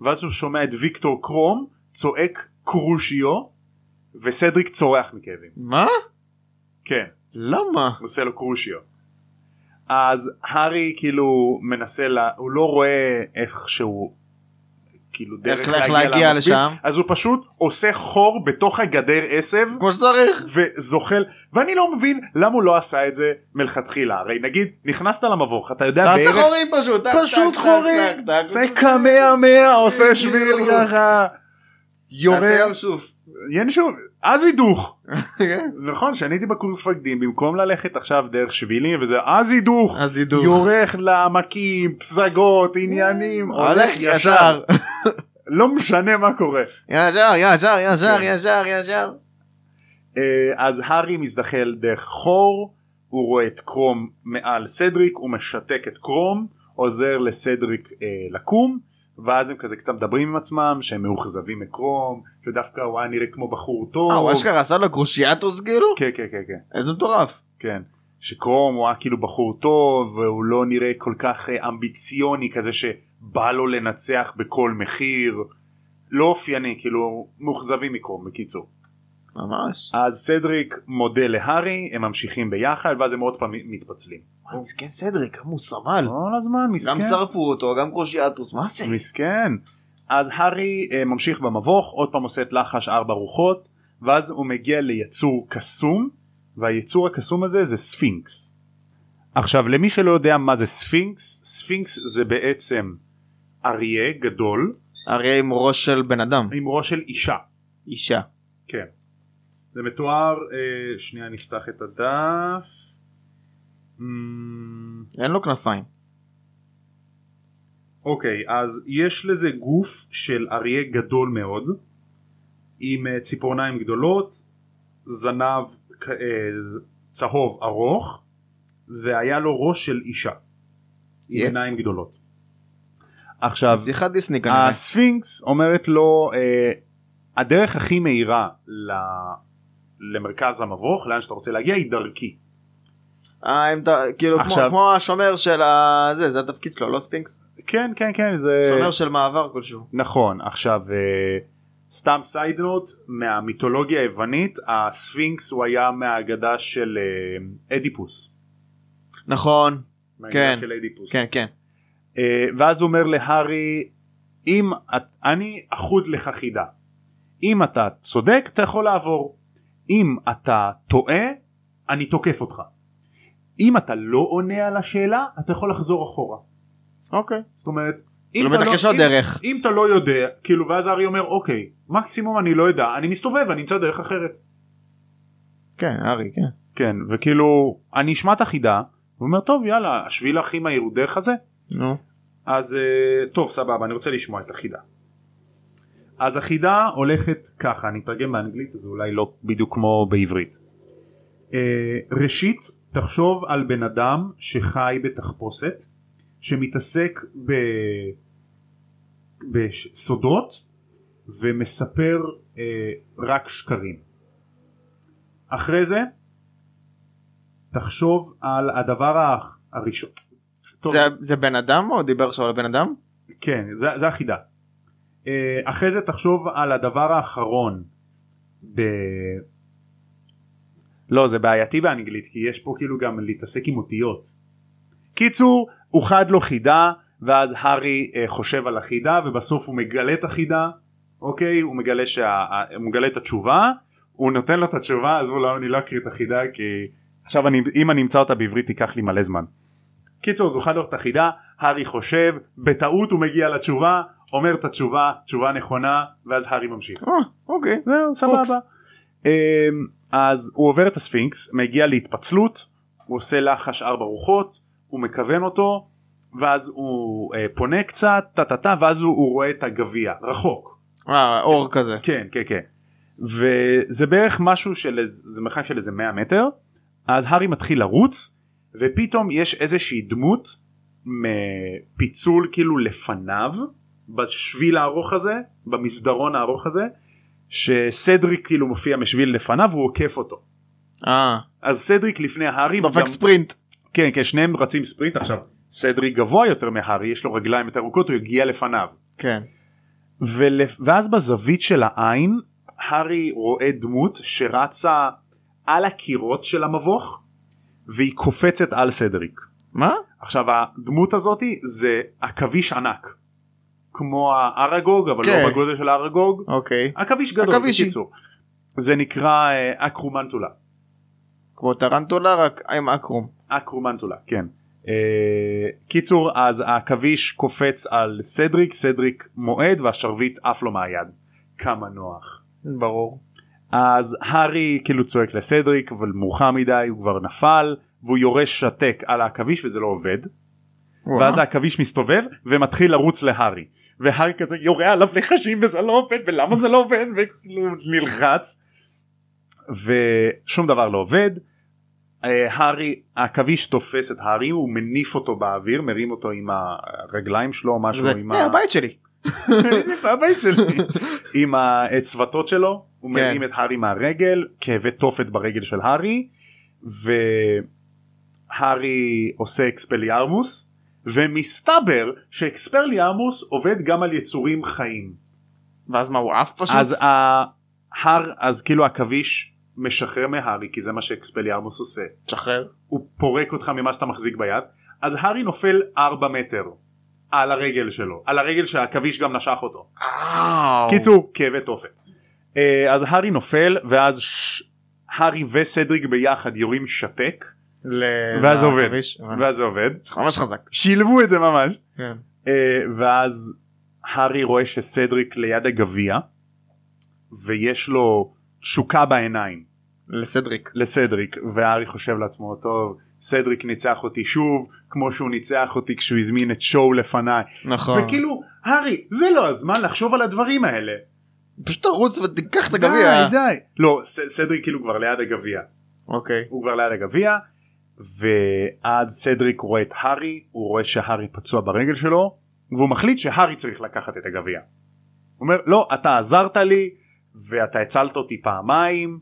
Speaker 1: ואז הוא שומע את ויקטור קרום צועק קרושיו וסדריק צורח מכאבים.
Speaker 2: מה?
Speaker 1: כן.
Speaker 2: למה?
Speaker 1: עושה לו קרושיו. אז הארי כאילו מנסה לה, הוא לא רואה איך שהוא כאילו דרך
Speaker 2: איך- איך להגיע
Speaker 1: למקביל,
Speaker 2: לשם?
Speaker 1: אז הוא פשוט עושה חור בתוך הגדר עשב
Speaker 2: כמו שצריך.
Speaker 1: וזוחל ואני לא מבין למה הוא לא עשה את זה מלכתחילה הרי נגיד נכנסת למבוך אתה יודע
Speaker 2: תעשה
Speaker 1: בערך
Speaker 2: חורים פשוט. טק,
Speaker 1: פשוט
Speaker 2: טק, טק,
Speaker 1: חורים
Speaker 2: טק, טק.
Speaker 1: זה קמע עושה שביל ככה יורה
Speaker 2: תעשה ים סוף.
Speaker 1: אין שום אז הידוך
Speaker 2: כן.
Speaker 1: נכון שאני הייתי בקורס מפקדים במקום ללכת עכשיו דרך שבילים וזה אז הידוך
Speaker 2: אז ידעו.
Speaker 1: יורך לעמקים פסגות עניינים
Speaker 2: אה, הולך ישר.
Speaker 1: לא משנה מה קורה
Speaker 2: ישר ישר ישר
Speaker 1: כן.
Speaker 2: ישר ישר.
Speaker 1: אה, אז הארי מזדחל דרך חור הוא רואה את קרום מעל סדריק הוא משתק את קרום עוזר לסדריק אה, לקום ואז הם כזה קצת מדברים עם עצמם שהם מאוכזבים מקרום שדווקא הוא היה נראה כמו בחור טוב.
Speaker 2: אה, הוא אשכרה עשה לו קרושיאטוס כאילו?
Speaker 1: כן כן כן כן.
Speaker 2: איזה מטורף.
Speaker 1: כן. שקרום הוא היה כאילו בחור טוב והוא לא נראה כל כך אה, אמביציוני כזה שבא לו לנצח בכל מחיר לא אופייני כאילו מאוכזבים מקרום בקיצור
Speaker 2: ממש.
Speaker 1: אז סדריק מודה להארי הם ממשיכים ביחד ואז הם עוד פעם מתפצלים.
Speaker 2: וואי, מסכן סדריק, כמה הוא סמל.
Speaker 1: כל הזמן מסכן.
Speaker 2: אה, גם שרפו אותו, גם קרושיאטוס, מה זה?
Speaker 1: מסכן. אז הארי אה, ממשיך במבוך עוד פעם עושה את לחש ארבע רוחות ואז הוא מגיע ליצור קסום והיצור הקסום הזה זה ספינקס. עכשיו למי שלא יודע מה זה ספינקס ספינקס זה בעצם אריה גדול
Speaker 2: אריה עם ראש של בן אדם.
Speaker 1: עם ראש של אישה.
Speaker 2: אישה.
Speaker 1: כן. זה מתואר אה, שנייה נפתח את הדף. אמ,
Speaker 2: אין לו כנפיים.
Speaker 1: אוקיי אז יש לזה גוף של אריה גדול מאוד עם אה, ציפורניים גדולות זנב כ- אה, צהוב ארוך והיה לו ראש של אישה עם
Speaker 2: יא.
Speaker 1: עיניים גדולות. עכשיו
Speaker 2: שיחת דיסני כנראה.
Speaker 1: הספינקס אומרת לו אה, הדרך הכי מהירה ל- למרכז המבוך לאן שאתה רוצה להגיע היא דרכי.
Speaker 2: אה, אם אתה, כאילו, כמו-
Speaker 1: עכשיו-
Speaker 2: כמו השומר של ה... זה, זה התפקיד שלו, לא ספינקס?
Speaker 1: כן כן כן זה
Speaker 2: שומר של מעבר כלשהו.
Speaker 1: נכון עכשיו אה, סתם סיידנוט מהמיתולוגיה היוונית הספינקס הוא היה מהאגדה של אה, אדיפוס.
Speaker 2: נכון.
Speaker 1: מהאגדה
Speaker 2: כן,
Speaker 1: של אדיפוס.
Speaker 2: כן, כן.
Speaker 1: אה, ואז הוא אומר להארי אם את, אני אחוד לך חידה אם אתה צודק אתה יכול לעבור אם אתה טועה אני תוקף אותך אם אתה לא עונה על השאלה אתה יכול לחזור אחורה
Speaker 2: אוקיי.
Speaker 1: זאת אומרת אם
Speaker 2: לא
Speaker 1: אתה
Speaker 2: מתעקש עוד
Speaker 1: אם-
Speaker 2: דרך.
Speaker 1: אם אתה לא יודע כאילו ואז הארי אומר אוקיי מקסימום אני לא יודע אני מסתובב אני אמצא דרך אחרת
Speaker 2: כן, ארי, כן.
Speaker 1: כן וכאילו אני אשמע את החידה הוא אומר טוב יאללה השביל הכי מהיר הוא דרך הזה
Speaker 2: נו.
Speaker 1: אז אה, טוב סבבה אני רוצה לשמוע את החידה. אז החידה הולכת ככה אני אתרגם באנגלית אז אולי לא בדיוק כמו בעברית. אה, ראשית תחשוב על בן אדם שחי בתחפושת שמתעסק ב... בסודות ומספר אה, רק שקרים. אחרי זה תחשוב על הדבר ה- הראשון. טוב,
Speaker 2: זה- זה בן אדם או דיבר עכשיו על בן אדם?
Speaker 1: כן זה, זה החידה. אה, אחרי זה תחשוב על הדבר האחרון. ב... לא זה בעייתי באנגלית כי יש פה כאילו גם להתעסק עם אותיות. קיצור הוא חד לו חידה ואז הארי אה, חושב על החידה ובסוף הוא מגלה את החידה אוקיי הוא מגלה, שה... ה- הוא מגלה את התשובה הוא נותן לו את התשובה עזבו לא אני לא אקריא את החידה כי עכשיו אני אם אני אמצא אותה בעברית ייקח לי מלא זמן. קיצור אז הוא חד לו את החידה הארי חושב בטעות הוא מגיע לתשובה אומר את התשובה תשובה נכונה ואז הארי ממשיך.
Speaker 2: אה, אוקיי.
Speaker 1: זהו
Speaker 2: פוקס.
Speaker 1: סבבה. אמ, אז הוא עובר את הספינקס מגיע להתפצלות הוא עושה לחש ארבע רוחות הוא מכוון אותו ואז הוא אה, פונה קצת טה טה טה ואז הוא, הוא רואה את הגביע רחוק
Speaker 2: אה, אור כזה.
Speaker 1: כן כן כן וזה בערך משהו של איזה זה מרחק של איזה 100 מטר אז הארי מתחיל לרוץ ופתאום יש איזושהי דמות מפיצול כאילו לפניו בשביל הארוך הזה במסדרון הארוך הזה שסדריק כאילו מופיע משביל לפניו והוא עוקף אותו
Speaker 2: אה,
Speaker 1: אז סדריק לפני הארי
Speaker 2: דופק
Speaker 1: וגם-
Speaker 2: ספרינט.
Speaker 1: כן כן שניהם רצים ספרינט עכשיו סדריק גבוה יותר מהארי יש לו רגליים יותר ארוכות הוא יגיע לפניו
Speaker 2: כן.
Speaker 1: ול... ואז בזווית של העין הארי רואה דמות שרצה על הקירות של המבוך והיא קופצת על סדריק.
Speaker 2: מה?
Speaker 1: עכשיו הדמות הזאתי זה עכביש ענק כמו האראגוג אבל
Speaker 2: כן.
Speaker 1: לא בגודל של האראגוג
Speaker 2: אוקיי.
Speaker 1: עכביש גדול
Speaker 2: עכבישי.
Speaker 1: בקיצור. זה נקרא אה, אקרומנטולה
Speaker 2: כמו טרנטולה רק עם אקרום.
Speaker 1: אקרומנטולה כן. אה, קיצור אז העכביש קופץ על סדריק סדריק מועד והשרביט עף לו מהיד. כמה נוח.
Speaker 2: ברור.
Speaker 1: אז הארי כאילו צועק לסדריק אבל מאוחר מדי הוא כבר נפל והוא יורש שתק על העכביש וזה לא עובד ואז העכביש מסתובב ומתחיל לרוץ להארי והארי כזה יורה עליו לחשים וזה לא עובד ולמה זה לא עובד וכאילו נלחץ ושום דבר לא עובד. אה, הארי העכביש תופס את הארי הוא מניף אותו באוויר מרים אותו עם הרגליים שלו או משהו
Speaker 2: זה
Speaker 1: עם
Speaker 2: אה,
Speaker 1: ה-
Speaker 2: הבית שלי.
Speaker 1: בבית שלי עם הצוותות שלו הוא
Speaker 2: כן.
Speaker 1: מרים את הארי מהרגל כאבי תופת ברגל של הארי והארי עושה אקספליארמוס ומסתבר שאקספליארמוס עובד גם על יצורים חיים
Speaker 2: ואז מה הוא עף פשוט?
Speaker 1: אז ההר אז כאילו עכביש משחרר מהארי כי זה מה שאקספליארמוס עושה
Speaker 2: תשחרר.
Speaker 1: הוא פורק אותך ממה שאתה מחזיק ביד אז הארי נופל 4 מטר על הרגל שלו על הרגל שהעכביש גם נשך אותו. קיצור כאבי תופת. אה, אז הארי נופל ואז ש- הארי וסדריק ביחד יורים שתק
Speaker 2: ל-
Speaker 1: ואז עובד.
Speaker 2: לעכביש, הבנתי.
Speaker 1: ואז זה עובד.
Speaker 2: זה ממש חזק.
Speaker 1: שילבו את זה ממש.
Speaker 2: כן.
Speaker 1: אה, ואז הארי רואה שסדריק ליד הגביע ויש לו תשוקה בעיניים
Speaker 2: לסדריק.
Speaker 1: לסדריק והארי חושב לעצמו טוב סדריק ניצח אותי שוב כמו שהוא ניצח אותי כשהוא הזמין את שואו לפניי
Speaker 2: נכון.
Speaker 1: וכאילו הארי זה לא הזמן לחשוב על הדברים האלה
Speaker 2: פשוט תרוץ ותיקח את הגביע.
Speaker 1: די די לא ס- סדריק כאילו כבר ליד הגביע
Speaker 2: אוקיי.
Speaker 1: הוא כבר ליד הגביע ואז סדריק רואה את הארי הוא רואה שהארי פצוע ברגל שלו והוא מחליט שהארי צריך לקחת את הגביע. הוא אומר לא אתה עזרת לי ואתה הצלת אותי פעמיים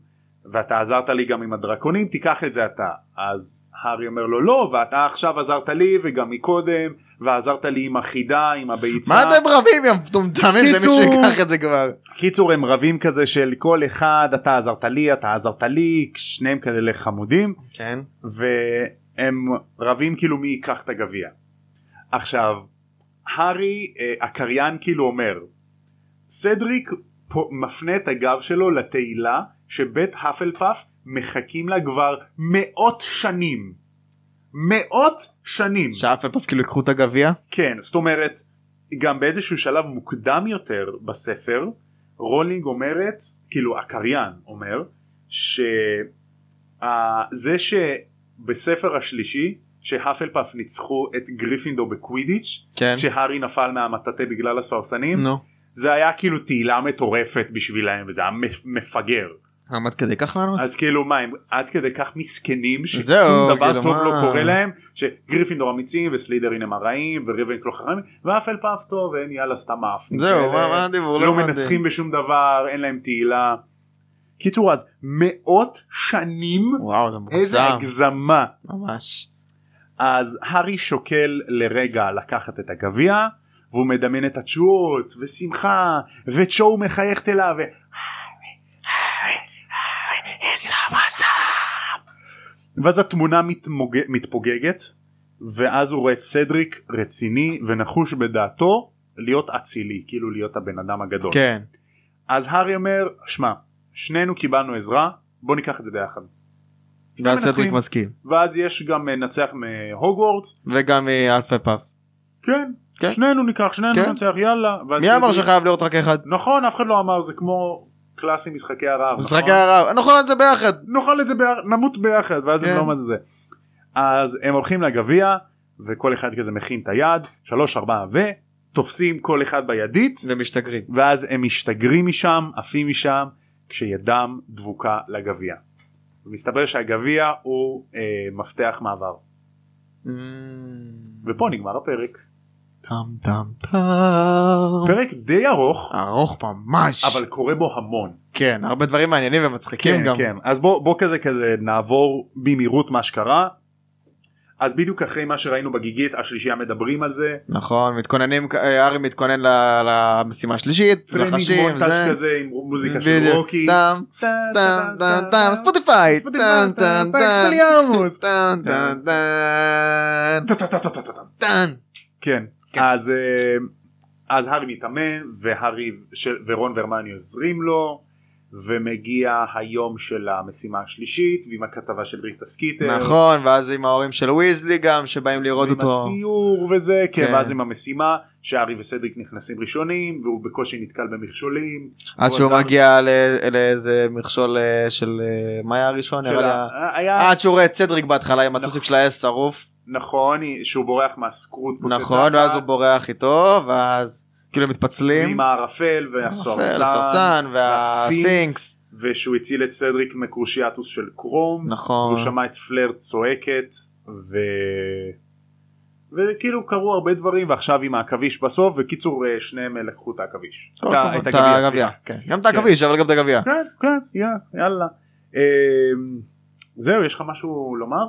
Speaker 1: ואתה עזרת לי גם עם הדרקונים תיקח את זה אתה אז הארי אומר לו לא ואתה עכשיו עזרת לי וגם מקודם ועזרת לי עם החידה עם הביצה.
Speaker 2: מה אתם רבים יא מטומטמים
Speaker 1: קיצור.
Speaker 2: שמישהו ייקח את זה כבר?
Speaker 1: קיצור הם רבים כזה של כל אחד אתה עזרת לי אתה עזרת לי שניהם כאלה חמודים
Speaker 2: כן.
Speaker 1: והם רבים כאילו מי ייקח את הגביע. עכשיו הארי אה, הקריין כאילו אומר סדריק פה, מפנה את הגב שלו לתהילה שבית האפלפאף מחכים לה כבר מאות שנים. מאות שנים.
Speaker 2: שהאפלפאף כאילו ייקחו את הגביע?
Speaker 1: כן זאת אומרת גם באיזשהו שלב מוקדם יותר בספר רולינג אומרת כאילו הקריין אומר שהיא אה, זה שבספר השלישי שהאפלפאף ניצחו את גריפינדו בקווידיץ'
Speaker 2: כן.
Speaker 1: כשהארי נפל מהמטאטה בגלל הסוהרסנים
Speaker 2: נו.
Speaker 1: זה היה כאילו תהילה מטורפת בשבילהם וזה היה מפ- מפגר
Speaker 2: עמד כדי כך לנו?
Speaker 1: אז כאילו מה הם עד כדי כך מסכנים ששום
Speaker 2: זהו,
Speaker 1: דבר
Speaker 2: כאילו,
Speaker 1: טוב
Speaker 2: מה?
Speaker 1: לא קורה להם שגריפינדור אמיצים וסלידרין הם הרעים ורבנקלוך הרעים ואפלפאף טוב הם יאללה סתם מאפנים
Speaker 2: זהו,
Speaker 1: כאלה.
Speaker 2: מה מה הדיבור?
Speaker 1: לא
Speaker 2: הבנתי.
Speaker 1: מנצחים בשום דבר אין להם תהילה. קיצור אז מאות שנים
Speaker 2: וואו, זה
Speaker 1: איזה
Speaker 2: מוגזם.
Speaker 1: הגזמה
Speaker 2: ממש.
Speaker 1: אז הארי שוקל לרגע לקחת את הגביע והוא מדמיין את התשואות ושמחה וצ'ו מחייכת אליו ו... איזה מסע! ואז התמונה מתמוג... מתפוגגת ואז הוא רואה את סדריק רציני ונחוש בדעתו להיות אצילי כאילו להיות הבן אדם הגדול.
Speaker 2: כן.
Speaker 1: אז הארי אומר שמע שנינו קיבלנו עזרה בוא ניקח את זה ביחד.
Speaker 2: ואז
Speaker 1: לא מנצחים.
Speaker 2: סדריק מסכים.
Speaker 1: ואז יש גם אה, נצח מהוגוורטס
Speaker 2: וגם אה, מאלפפאף.
Speaker 1: כן, כן.
Speaker 2: כן.
Speaker 1: שנינו ניקח, שנינו
Speaker 2: כן.
Speaker 1: ננצח, יאללה. ואז
Speaker 2: מי אמר
Speaker 1: יגידו-
Speaker 2: שחייב להיות רק אחד?
Speaker 1: נכון, אף אחד לא אמר, זה כמו קלאסי משחקי הרעב.
Speaker 2: משחקי
Speaker 1: נכון?
Speaker 2: הרב. נאכל את זה ביחד.
Speaker 1: נאכל את זה, ביח... נמות ביחד, ואז הם
Speaker 2: כן.
Speaker 1: לא מה זה. אז הם הולכים לגביע, וכל אחד כזה מכין את היד, שלוש, ארבע, ו... תופסים כל אחד בידית,
Speaker 2: ומשתגרים.
Speaker 1: ואז הם משתגרים משם, עפים משם, כשידם דבוקה לגביע. ומסתבר שהגביע הוא אה, מפתח מעבר. ופה נגמר הפרק.
Speaker 2: אה. טם טם טם.
Speaker 1: פרק די ארוך,
Speaker 2: ארוך ממש.
Speaker 1: אבל קורה בו המון.
Speaker 2: כן, הרבה דברים מעניינים ומצחיקים
Speaker 1: כן
Speaker 2: גם.
Speaker 1: כן אז בוא בוא כזה כזה נעבור במהירות מה שקרה אז בדיוק אחרי מה שראינו בגיגית השלישייה מדברים על זה
Speaker 2: נכון, מתכוננים, אה, ארי מתכונן ל- למשימה השלישית,
Speaker 1: טרנינג
Speaker 2: לחשים,
Speaker 1: מונטאז'
Speaker 2: זה.
Speaker 1: כזה עם מוזיקה של
Speaker 2: בדיוק.
Speaker 1: רוקי
Speaker 2: טם טם טם טם, ספוטיפיי. טם טם טם.
Speaker 1: אקספליאמוס.
Speaker 2: טן טן טן
Speaker 1: טה, טה, טה, טה, טה, טה, טה.
Speaker 2: טן
Speaker 1: כן
Speaker 2: כן.
Speaker 1: אז אה, אז הארי מתאמן והארי של- ורון והרמני עוזרים לו ומגיע היום של המשימה השלישית ועם הכתבה של ריטה סקיטר
Speaker 2: נכון ואז עם ההורים של ויזלי גם שבאים לראות
Speaker 1: עם
Speaker 2: אותו
Speaker 1: הסיור וזה כן
Speaker 2: כן.
Speaker 1: ואז עם המשימה שארי וסדריק נכנסים ראשונים והוא בקושי נתקל במכשולים
Speaker 2: עד
Speaker 1: הוא
Speaker 2: שהוא
Speaker 1: עזר-
Speaker 2: מגיע ל- לאיזה מכשול אה, של אה, מה היה הראשון
Speaker 1: של
Speaker 2: נראה לי ה-
Speaker 1: ה- היה
Speaker 2: אה, עד שהוא רואה את סדריק בהתחלה עם הטוסיק של האש שרוף
Speaker 1: נכון שהוא בורח מהסקרוט פוצץ
Speaker 2: נכון
Speaker 1: נחל,
Speaker 2: ואז הוא בורח איתו ואז כאילו הם מתפצלים
Speaker 1: ועם הערפל והסוהרסן
Speaker 2: הסרסן והספינקס
Speaker 1: ושהוא הציל את סדריק מקרושיאטוס של קרום
Speaker 2: נכון
Speaker 1: הוא שמע את פלר צועקת ו... וכאילו קרו הרבה דברים ועכשיו עם העכביש בסוף וקיצור אה, שניהם אה, לקחו את העכביש.
Speaker 2: כל
Speaker 1: את ה-
Speaker 2: הכבוד,
Speaker 1: את הגביע, סליחה.
Speaker 2: כן. גם את העכביש אבל גם את הגביע
Speaker 1: כן, כן, יא, יאללה. אמ, זהו, יש לך משהו לומר?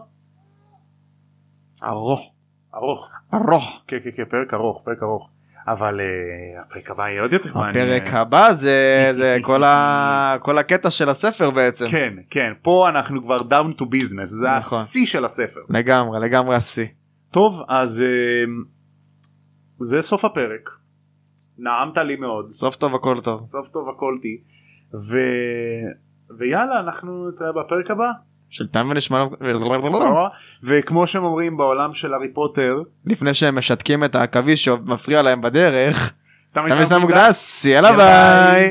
Speaker 2: ארוך
Speaker 1: ארוך.
Speaker 2: ארוך
Speaker 1: כן, כן, כן, פרק ארוך, פרק ארוך. אבל אה, הפרק הבא יהיה עוד יותר מעניין.
Speaker 2: הפרק הבא זה זה כל ה- כל הקטע של הספר בעצם
Speaker 1: כן, כן, פה אנחנו כבר down to business, זה
Speaker 2: נכון.
Speaker 1: השיא של הספר.
Speaker 2: לגמרי לגמרי השיא
Speaker 1: טוב, אז אמ, זה סוף הפרק. נעמת לי מאוד.
Speaker 2: סוף טוב הכל טוב
Speaker 1: סוף טוב הקולטי. ו... ויאללה, אנחנו נתראה בפרק הבא.
Speaker 2: של תם ונשמע
Speaker 1: וכמו שהם אומרים בעולם של הארי פוטר,
Speaker 2: לפני שהם משתקים את העכביש שמפריע להם בדרך
Speaker 1: תם
Speaker 2: תם ונשמע מוקדס יאללה ביי.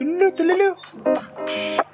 Speaker 1: Toodaloo, toodaloo.